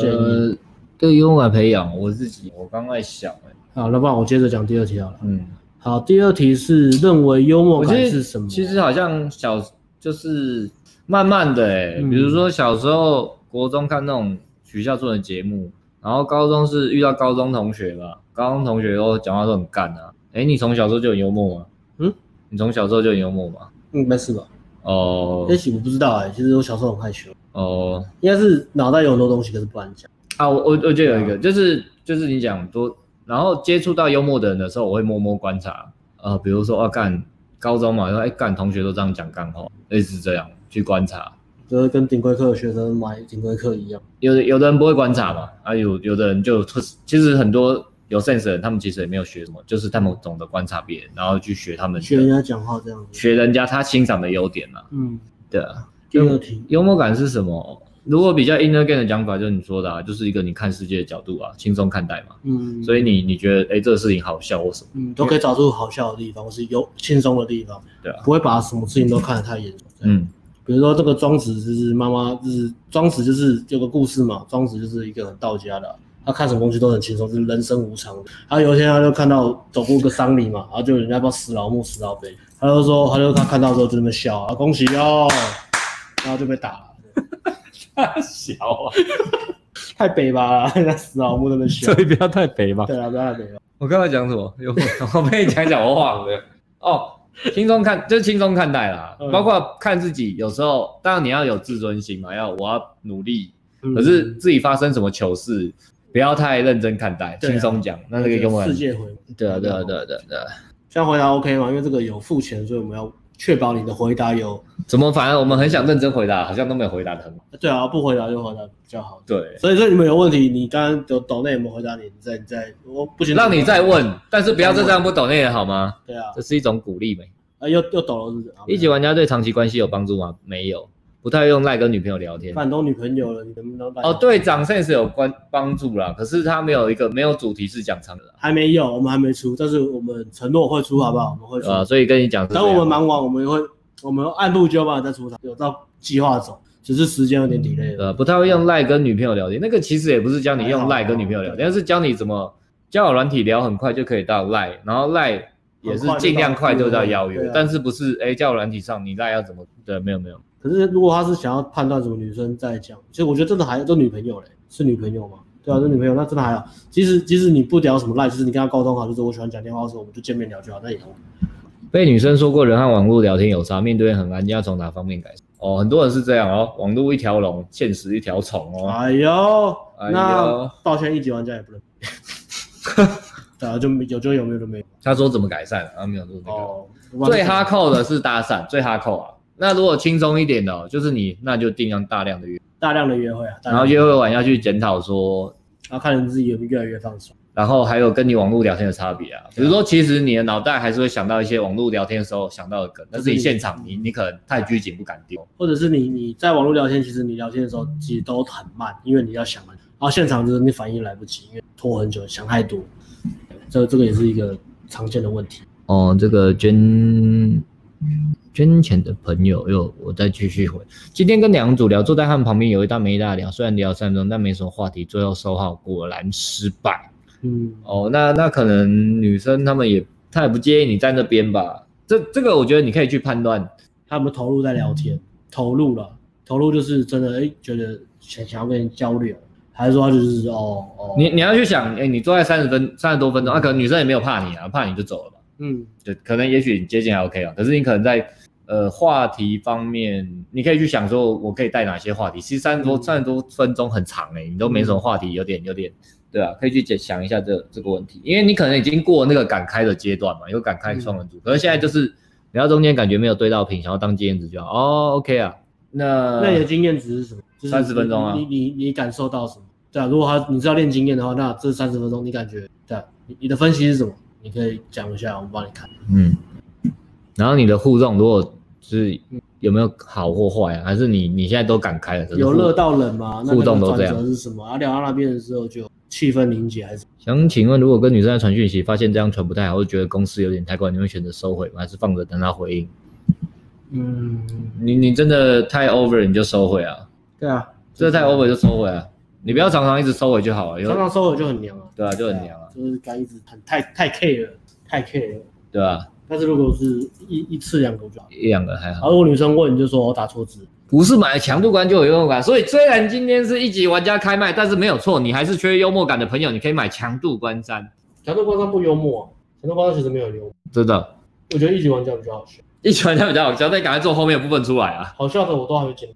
建议
呃，对幽默感培养，我自己我刚在想，哎
好，那不然我接着讲第二题好了。
嗯，
好，第二题是认为幽默
我
感
其
是
实
什么？
其实好像小就是慢慢的、欸，
嗯
比如说小时候国中看那种学校做的节目，然后高中是遇到高中同学嘛，高中同学都讲话都很干啊。哎、你从小时候就很幽默吗？
嗯，
你从小时候就很幽默吗？
应该是吧？
哦
也许我不知道哎、其实我小时候很害羞，
哦
应该是脑袋有很多东西，可是不敢讲。
啊，我我我觉得有一个就是就是你讲多，然后接触到幽默的人的时候，我会默默观察，呃，比如说啊干高中嘛，然后哎干同学都这样讲干话，类似这样去观察。
就是跟顶规课的学生买顶规课一样，
有的有的人不会观察嘛，啊有有的人就其实很多有 sense 的人，他们其实也没有学什么，就是他们懂得观察别人，然后去学他们的
学人家讲话这样子。
学人家他欣赏的优点啊。
嗯，
对啊，
第二题，
幽默感是什么？如果比较 inner game 的讲法，就是你说的，啊，就是一个你看世界的角度啊，轻松看待嘛。
嗯，
所以你你觉得哎、诶这个事情好笑或什么？
嗯都可以找出好笑的地方，或是有轻松的地方，
对啊
不会把什么事情都看得太严重。嗯，
*laughs* 嗯
比如说这个庄子就是妈妈，就是庄子就是有个故事嘛，庄子就是一个很道家的啊、他看什么东西都很轻松，就是人生无常。他有一天他就看到走过个丧礼嘛，然后就有人家帮死老木死老辈，他就说他就他看到之后就在那边笑啊，恭喜哦，然后就被打了。
小啊，
太北吧了，人家死老木在那边笑。
以不要太肥嘛。
对啊，不要太北吧。
我刚才讲什么？ *laughs* 幽默
我被你讲讲我忘了。
哦，轻松看就是轻松看待啦，
嗯
包括看自己，有时候当然你要有自尊心嘛，要我要努力可
可
是自己发生什么糗事，不要太认真看待，
对啊
轻松讲，那这个幽默感
世。界回嘛
对啊，对啊，对啊，对啊，对啊。
这样回答 OK 吗？因为这个有付钱，所以我们要确保你的回答有。
怎么反而我们很想认真回答，好像都没有回答的很好。
对啊，不回答就回答比较好。
对，
所以说你们有问题，你刚刚有抖内有没有回答你？你再你再，我不行，
让你再。问，但是不要这张不懂那也好吗？
对啊
这，是一种鼓励没？
啊又又抖了是不是？啊
一级玩家对长期关系有帮助吗？没有，不太用赖跟女朋友聊天。
反正都女朋友了，你能不能把
哦，，对，长 sense 有关帮助啦，可是他没有一个没有主题是讲长的啦，
还没有，我们还没出，但是我们承诺会出，好不好？我们会出。
啊，所以跟你讲是这
等
样，
我们忙完，我们会我们按部就班地再出场，有照计划走，只是时间有点 delay 了。
呃，不太会用赖跟女朋友聊天，那个其实也不是教你用赖跟女朋友聊天，而是教你怎么交友软体聊很快就可以到赖，然后赖也是尽量快就到邀
很快就到对
约
啊，
但是不是哎交友软体上你赖要怎么？对，没有没有，
可是如果他是想要判断什么女生在讲，其实我觉得真的还这女朋友嘞，是女朋友吗？对啊，是女朋友，那真的还好。即使即使你不聊什么赖，就是你跟他沟通好，就是我喜欢讲电话的时候，我们就见面聊就好，那也 OK。
被女生说过人和网络聊天有差，面对面很安静，要从哪方面改善？哦，很多人是这样哦，网络一条龙，现实一条虫哦。
哎呦，
哎呦
那抱歉，一级玩家也
*laughs*
不能。对啊，就没有就有，没有就没有。
他说怎么改善啊？没有说那个。
哦，
最哈扣的是搭讪，最哈扣啊。那如果轻松一点的哦，就是你那就尽量大量的约，
大量的约会啊，大
然
量
后
的
约会完要去检讨说
然后看你自己有没有越来越放松。
然后还有跟你网络聊天的差别啊，比如说其实你的脑袋还是会想到一些网络聊天的时候想到的梗，但是你现场你你可能太拘谨不敢丢。
或者是你你在网络聊天，其实你聊天的时候其实都很慢，因为你要想很久，然后现场就是你反应来不及，因为拖很久，想太多，这这个也是一个常见的问题。
哦，这个捐捐钱的朋友又我再继续回，今天跟两组聊，坐在他们旁边有一搭没一搭聊，虽然聊三分钟，但没什么话题，最后收好果然失败。
嗯，
哦，那那可能女生她们也她也不介意你在那边吧？这这个我觉得你可以去判断
他们投入在聊天，投入了，投入就是真的哎、诶觉得想想要跟你交流，还是说他就是哦哦，
你你要去想，哎、你坐在三十分三十多分钟，啊，可能女生也没有怕你啊，怕你就走了嘛。
嗯
就可能也许你接近还 OK 啊，可是你可能在呃话题方面，你可以去想说，我可以带哪些话题？其实三十多
嗯
三十多分钟很长哎、你都没什么话题，有点有点，对啊，可以去解想一下这这个问题，因为你可能已经过那个敢开的阶段嘛，有敢
嗯
开双人组，可是现在就是聊到中间感觉没有对到频，想要当经验值就好哦，OK 啊，那
那你的经验值是什么？就是
30分钟啊
你你你感受到什么？对啊，如果他你知道练经验的话，那这三十分钟你感觉对、啊，你你的分析是什么？你可以讲一下，我们帮你看。
嗯，然后你的互动如果是
嗯
有没有好或坏啊？还是你你现在都敢开了？可是
有
互
乐到人嘛？那
互动
那
都
个
这
转
样
折是什么？啊，聊到那边的时候就气氛凝结还是？
想请问，如果跟女生在传讯息，发现这样传不太好，会觉得公司有点太怪，你会选择收回吗？还是放着等她回应？
嗯，
你你真的太 over 你就收回啊，
对啊，
这太 over 就收回啊，你不要常常一直收回就好了。有
常常收尾就很娘啊，
对啊，就很娘啊。
就是该一直很太太 care 了太 care 了。
对吧？
但是如果是一一次两个我就好。
一两个还
然后
好，
如果女生问，你就说哦我打错字，
不是买强度关就有幽默感。所以虽然今天是一级玩家开麦，但是没有错，你还是缺幽默感的朋友，你可以买强度关三，
强度关山不幽默、啊，强度关山其实没有幽默，
真的。
我觉得一级玩家比较好笑，
一级玩家比较好笑，但赶快做后面的部分出来啊！
好笑的我都还没剪。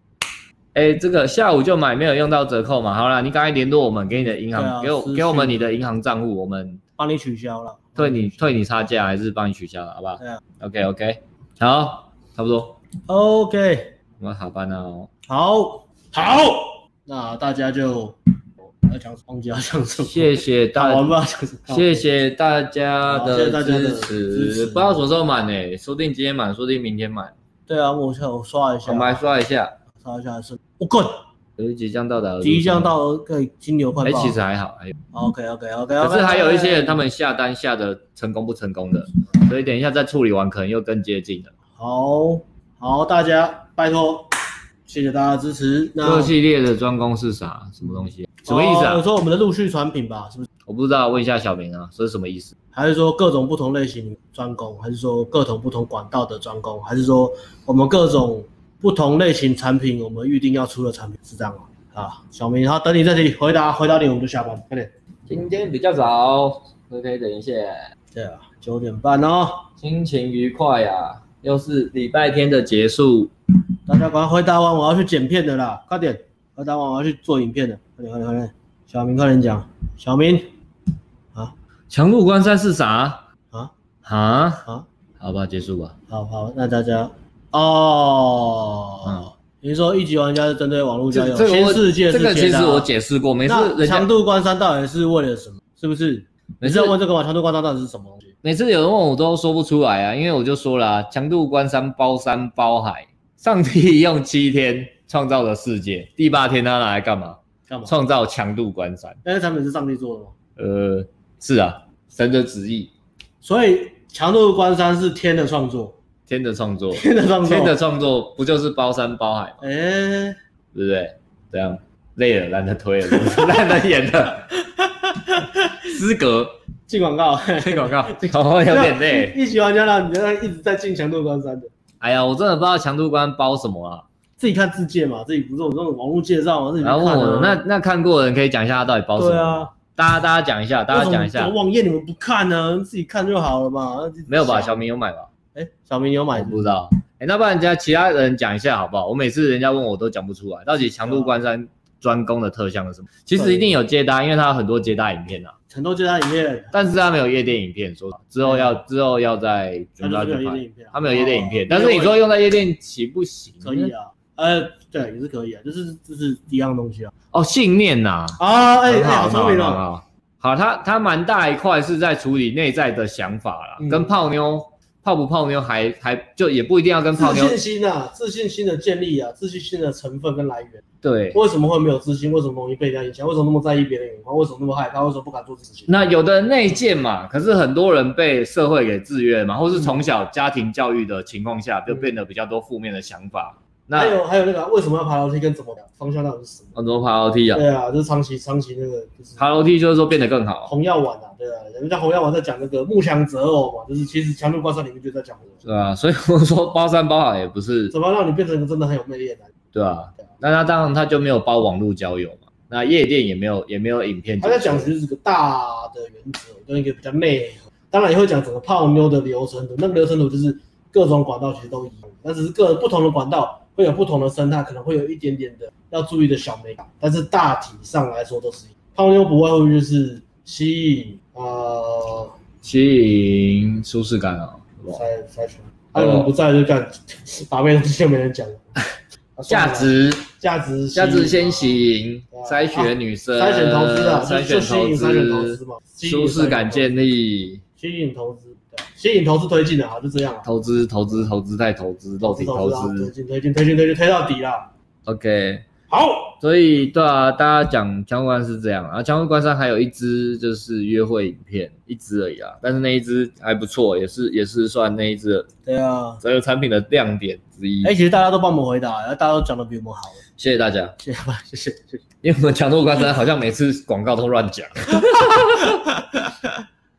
哎、这个下午就买，没有用到折扣嘛。好啦，你赶快联络我们，给你的银行，
对啊
给
私
我
讯
给我们你的银行账户，我们
帮你取消了，
退你退你差价，还是帮你取消，好不好
对啊
o k OK，好，差不多，
OK，
我们好办了哦。
好，好，那大家就要讲忘记要讲什么，
谢谢
打
大
完吧，讲什么
谢谢大家
好谢谢大
的
家的
支
支持
持，不知道什么时候满呢、说不定今天满，说不定明天满。
对啊，我想我刷一下
我，们来刷一下，
刷一下是，我滚，
有即将到达的路上，
即将到个金牛快
哎、
报。
其实还好，还有，
OK OK OK，
可是还有一些人他们下单下的成功不成功的，所以等一下再处理完，可能又更接近了。
好好，大家拜托，谢谢大家的支持。
这
那
个系列的专攻是啥？什么东西？什么意思
哦我
啊？
说我们的陆续产品吧，是不是？
我不知道，问一下小明啊，这是什么意思？
还是说各种不同类型的专攻，还是说各种不同管道的专攻，还是说我们各种不同类型产品我们预定要出的产品是这样吗？啊，小明，好，等你这题回答回答你，我们就下班，快点。
今天比较早，OK，等一哦下，
对啊，九点半哦，
心情愉快啊呀、
又是礼拜天的结束，
大家赶快回答完，我要去剪片的啦，快点，回答完我要去做影片的，快点快点快点，小明快点讲，小明，啊
强入关山是啥
啊
啊？
啊，
好吧，结束吧。
好好，那大家哦，你是说一级玩家是针对网络交友，
嗯这个
新
我
世界
这
是啊
个其
解
实
答
我解释过，每次
那
人家
强度关山到底是为了什么？是不是？
每
你
次
是要问这个吗？强度关山到底是什么东西？
每次有人问我都说不出来啊，因为我就说了、啊，强度关山包山包海，上帝用七天创造了世界，第八天他拿来干嘛？
干嘛？
创造强度关山。
那些产品是上帝做的吗？
呃，是啊，神的旨意，
所以强度关山是天的创作，
天的创作，
天的创作，
天的创作不就是包山包海吗？
哎、
对不对？这样累了，懒得推了， *laughs* 懒得演了， *laughs* 资格
进广告。
推广告，好像 *laughs* 有点累。
一级玩家让你在一直在进强度关山的，
哎呀，我真的不知道强度关包什么啊。
自己看自介嘛，自己不是我这种网络介绍嘛，自己去
然后
看啊
问我，那那看过的人可以讲一下他到底包什么？
对啊，
大家大家讲一下，大家讲一
为
下
什么，网页你们不看呢、自己看就好了嘛。
没有吧？小
明，
明有买吧？
哎、小明你有买
我不知道。哎、那不然人家其他人讲一下好不好？我每次人家问我都讲不出来，到底强度
啊
关山专攻的特项是什么？其实一定有接单，因为他有很多接单影片啊，
很多介绍影片，
但是他没有夜店影片，说之后要之后要再
他
准备
啊就
要
是没有
去
夜
拍，
店影片啊、
他没有夜店影片
哦，
但是你说用在夜店行不行？
可以啊，呃，对，也是可以啊，就是就是一样东西啊。
哦，信念呐、
啊，哎、
很
哎，好聪明
很
哦！
好好，他他蛮大一块是在处理内在的想法啦，
嗯
跟泡妞泡不泡妞还还就也不一定要跟泡
自
妞
信心啊，自信心的建立啊，自信心的成分跟来源，
对。
为什么会没有自信？为什么容易被人家影响？为什么那么在意别人眼光？为什么那么害怕？为什么不敢做自己？
那有的内建嘛，可是很多人被社会给制约
嗯
嘛，或是从小家庭教育的情况下，就变得比较多负面的想法。那
还有还有那个啊为什么要爬楼梯跟怎么聊方向到底是什么？
很多爬楼梯啊，
对啊，就是长期长期那个就是
爬楼梯就是说变得更好，
红药丸啊，对啊，人家红药丸在讲那个木墙择偶嘛，就是其实强度观察里面就在讲这个
对吧、 *laughs* 所以我说包山包海也不是，
怎么让你变成一个真的很有魅力的男人。
对吧、那他当然他就没有包网络交友嘛，那夜店也没有也没有影片解
他
说。
在讲就是个大的原则跟一个比较内核，当然也会讲整个泡妞的流程图，那个流程图就是各种管道其实都一样，但只是各不同的管道会有不同的生态，可能会有一点点的要注意的小美感，但是大体上来说都是一样。泡妞不外乎就是吸引呃
吸引舒适感啊、
筛筛选，还有人不在就干把妹东西就没人讲了，啊算
价
了啦
值
价值吸
价
引
值先吸引，筛选女生，
筛选投资啊，
筛
就就
选
吸引筛选投资嘛，吸引
舒适感
筛选投资
建立，
吸引投资，对，吸引投资推进的啊，就这样啊。
投资投资投资再投资，肉体投
啊推
资。
进推进推进推进推到底啦。
OK，
好，
所以对啊，大家讲强关是这样啊，强关山还有一支就是约会影片，一支而已啊，但是那一支还不错，也是也是算那一支
对啊。
整个产品的亮点之一。
哎、其实大家都帮我们回答，然后大家都讲的比我们好，
谢谢大家，
谢谢吧，谢谢谢谢。
因为我们强度关山好像每次广告都乱讲。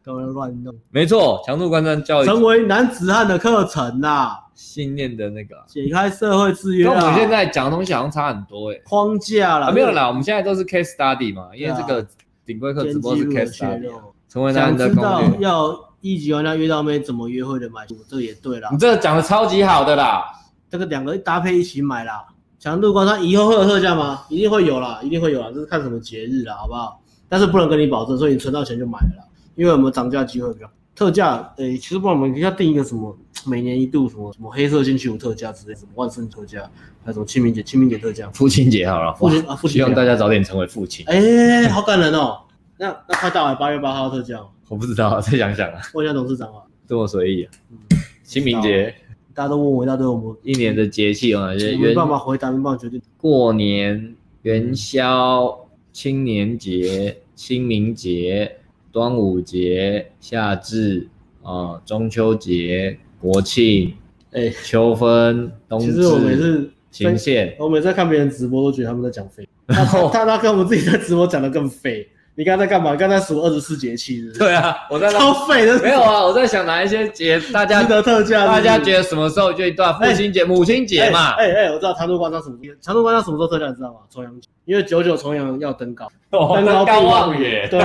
不要乱弄。
没错，强度观战教
成
育
为男子汉的课程啦，
信念的那个啊，
解开社会制约
跟我
啊
们，现在讲的东西好像差很多哎、
框架啦，
啊，没有啦，我们现在都是 case study 嘛，因为
对
这
啊
个顶规课
天
直
机
播是
如何
case
确
study，啊
认？
成为男人
想
的
知道
攻略。
要一级玩家约到妹怎么约会的买书，这也对啦
你，这个讲的超级好的啦，
这个两个搭配一起买啦。强度光它以后会有特价吗？一定会有啦，一定会有啦，这是看什么节日啦，好不好？但是不能跟你保证，所以你存到钱就买了啦，因为我们涨价机会比较特价，诶、其实不然我们要定一个什么每年一度什么什么黑色星期五特价之类，什么万圣特价，还有什么清明节清明节特价，
父亲节好了，
父亲啊父亲
希望
节
大家早点成为父亲。
哎、好感人哦。那那快到了，八月八号特价哦，
我不知道，再想想啊， *laughs*
问一下董事长啊，
这么随意啊
嗯。
清明节
大家都问我一大堆，我们
一年的节气有哪些？
我没
元
办法回答，没办法决定。
过年、元宵、青年节、清明节、端午节、夏至啊、呃中秋节、国庆、
哎、
秋分、冬
其
至。
实我每次
晴线，
我每次在看别人直播都觉得他们在讲废，他他他跟我们自己在直播讲的更废。你刚才在干嘛？你刚才数二十四节气是不是
对啊，我在那
超废的，
没有啊，我在想哪一些节大家
值得特价是不
大
是。
家觉得什么时候就一段父亲节、母亲节嘛？
哎哎哎，我知道长度关张什么时候？长度关张什么时候特价？你知道吗？重阳节，因为九九重阳要登高。
哦
登高
高
必
望
哎
远，
对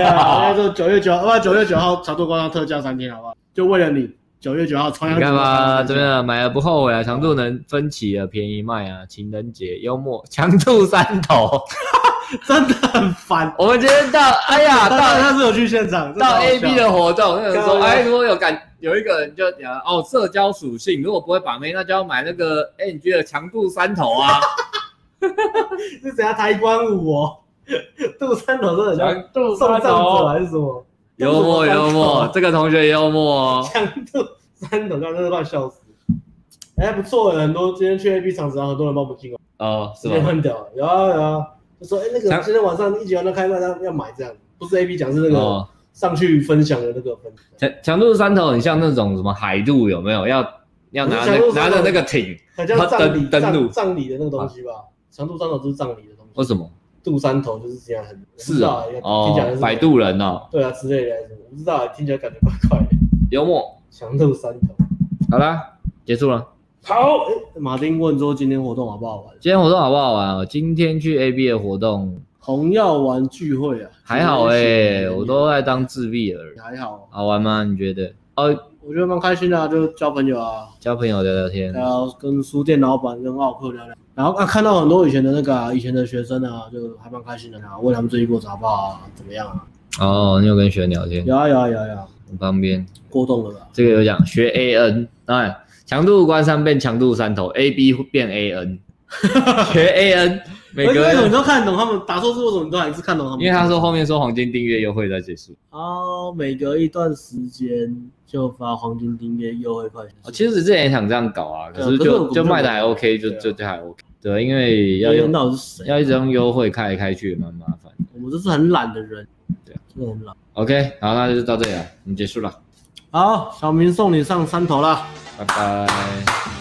*laughs*
啊，那就九月九，不九月九号长度关张特价三天，好不好？就为了你，九月九号重阳。
你看吧，怎么？样？买了不后悔啊，强度能分期啊，便宜卖啊，情人节幽默，强度三头。
真的很烦。
我们今天到，哎呀，
当然
啊到
他是有去现场，
到 A B 的活动，那个时候，
看到
哎，如果有感有一个人就讲哦，社交属性，如果不会把妹，那就要买那个 N G 的强度三头啊。
是怎样抬棺舞 *laughs* 哦？杜三头真的很像
强度
*laughs* 送
三
葬者
头，
还是什么？
幽默幽默，
*laughs*
这个同学幽默哦。
强度三头，刚真的快笑死。哎，不错，很多今天去 A B 场子，然后很多人帮我们进哦，
哦，是
直接
吧？
很屌，有啊有啊，就说哎那个
强
今天晚上一起玩到开麦，要要买这样，不是 A B 讲是那
哦
个上去分享的那个分享。
强强度三头很像那种什么海陆有没有？要要拿那
强度三
拿
头
着那个艇，
很像葬礼
他登登录哦
葬葬礼的那个东西吧？长度三头就是葬礼的东
为
西，
什么？
杜三头就是这样很
是啊
不知，道哎听起来
哦
是什，么
摆渡人哦，
对啊之类的还是什么，我不知道，听起来感觉怪怪的。
幽默。
强度三头。
好啦，结束了。
好，马丁问说今天活动好不好玩？
今天活动好不好玩哦？今天去 A B 的活动
红药丸聚会啊，
还好哎、
哎，
我都在当自闭儿。
还好，
好玩吗？你觉得？哦，
我觉得蛮开心的、啊，就交朋友啊，
交朋友聊聊天。
然后跟书店老板跟奥克聊聊，然后啊看到很多以前的那个、啊、以前的学生啊，就还蛮开心的啊，问他们最近过得好不好、啊，怎么样啊？
哦，你有跟学员聊天，
有啊有啊有啊有啊，
很方便。
过动了吧？
这个有讲学 A N，哎，强度关三变强度三头，A B 变 A N，学 A N，每
*laughs* 而且为什么你
个
都看得懂他们打错字？为什么你都还是看得懂他们？
因为他说后面说黄金订阅优惠再结束。
哦，每隔一段时间就发黄金订阅优惠快
哦，其实之前也想这样搞啊，可
对
是
啊可是我
就
们
就
就
卖的还 OK，就
对啊
就就还 OK。对，因为要
用
用
到底是谁？
要一直用优惠开来开去也蛮麻烦。
我们就是很懒的人，
对啊，
真的很懒。
OK，好，那就到这里了，我们结束了，
好，小明送你上山头啦。
拜拜。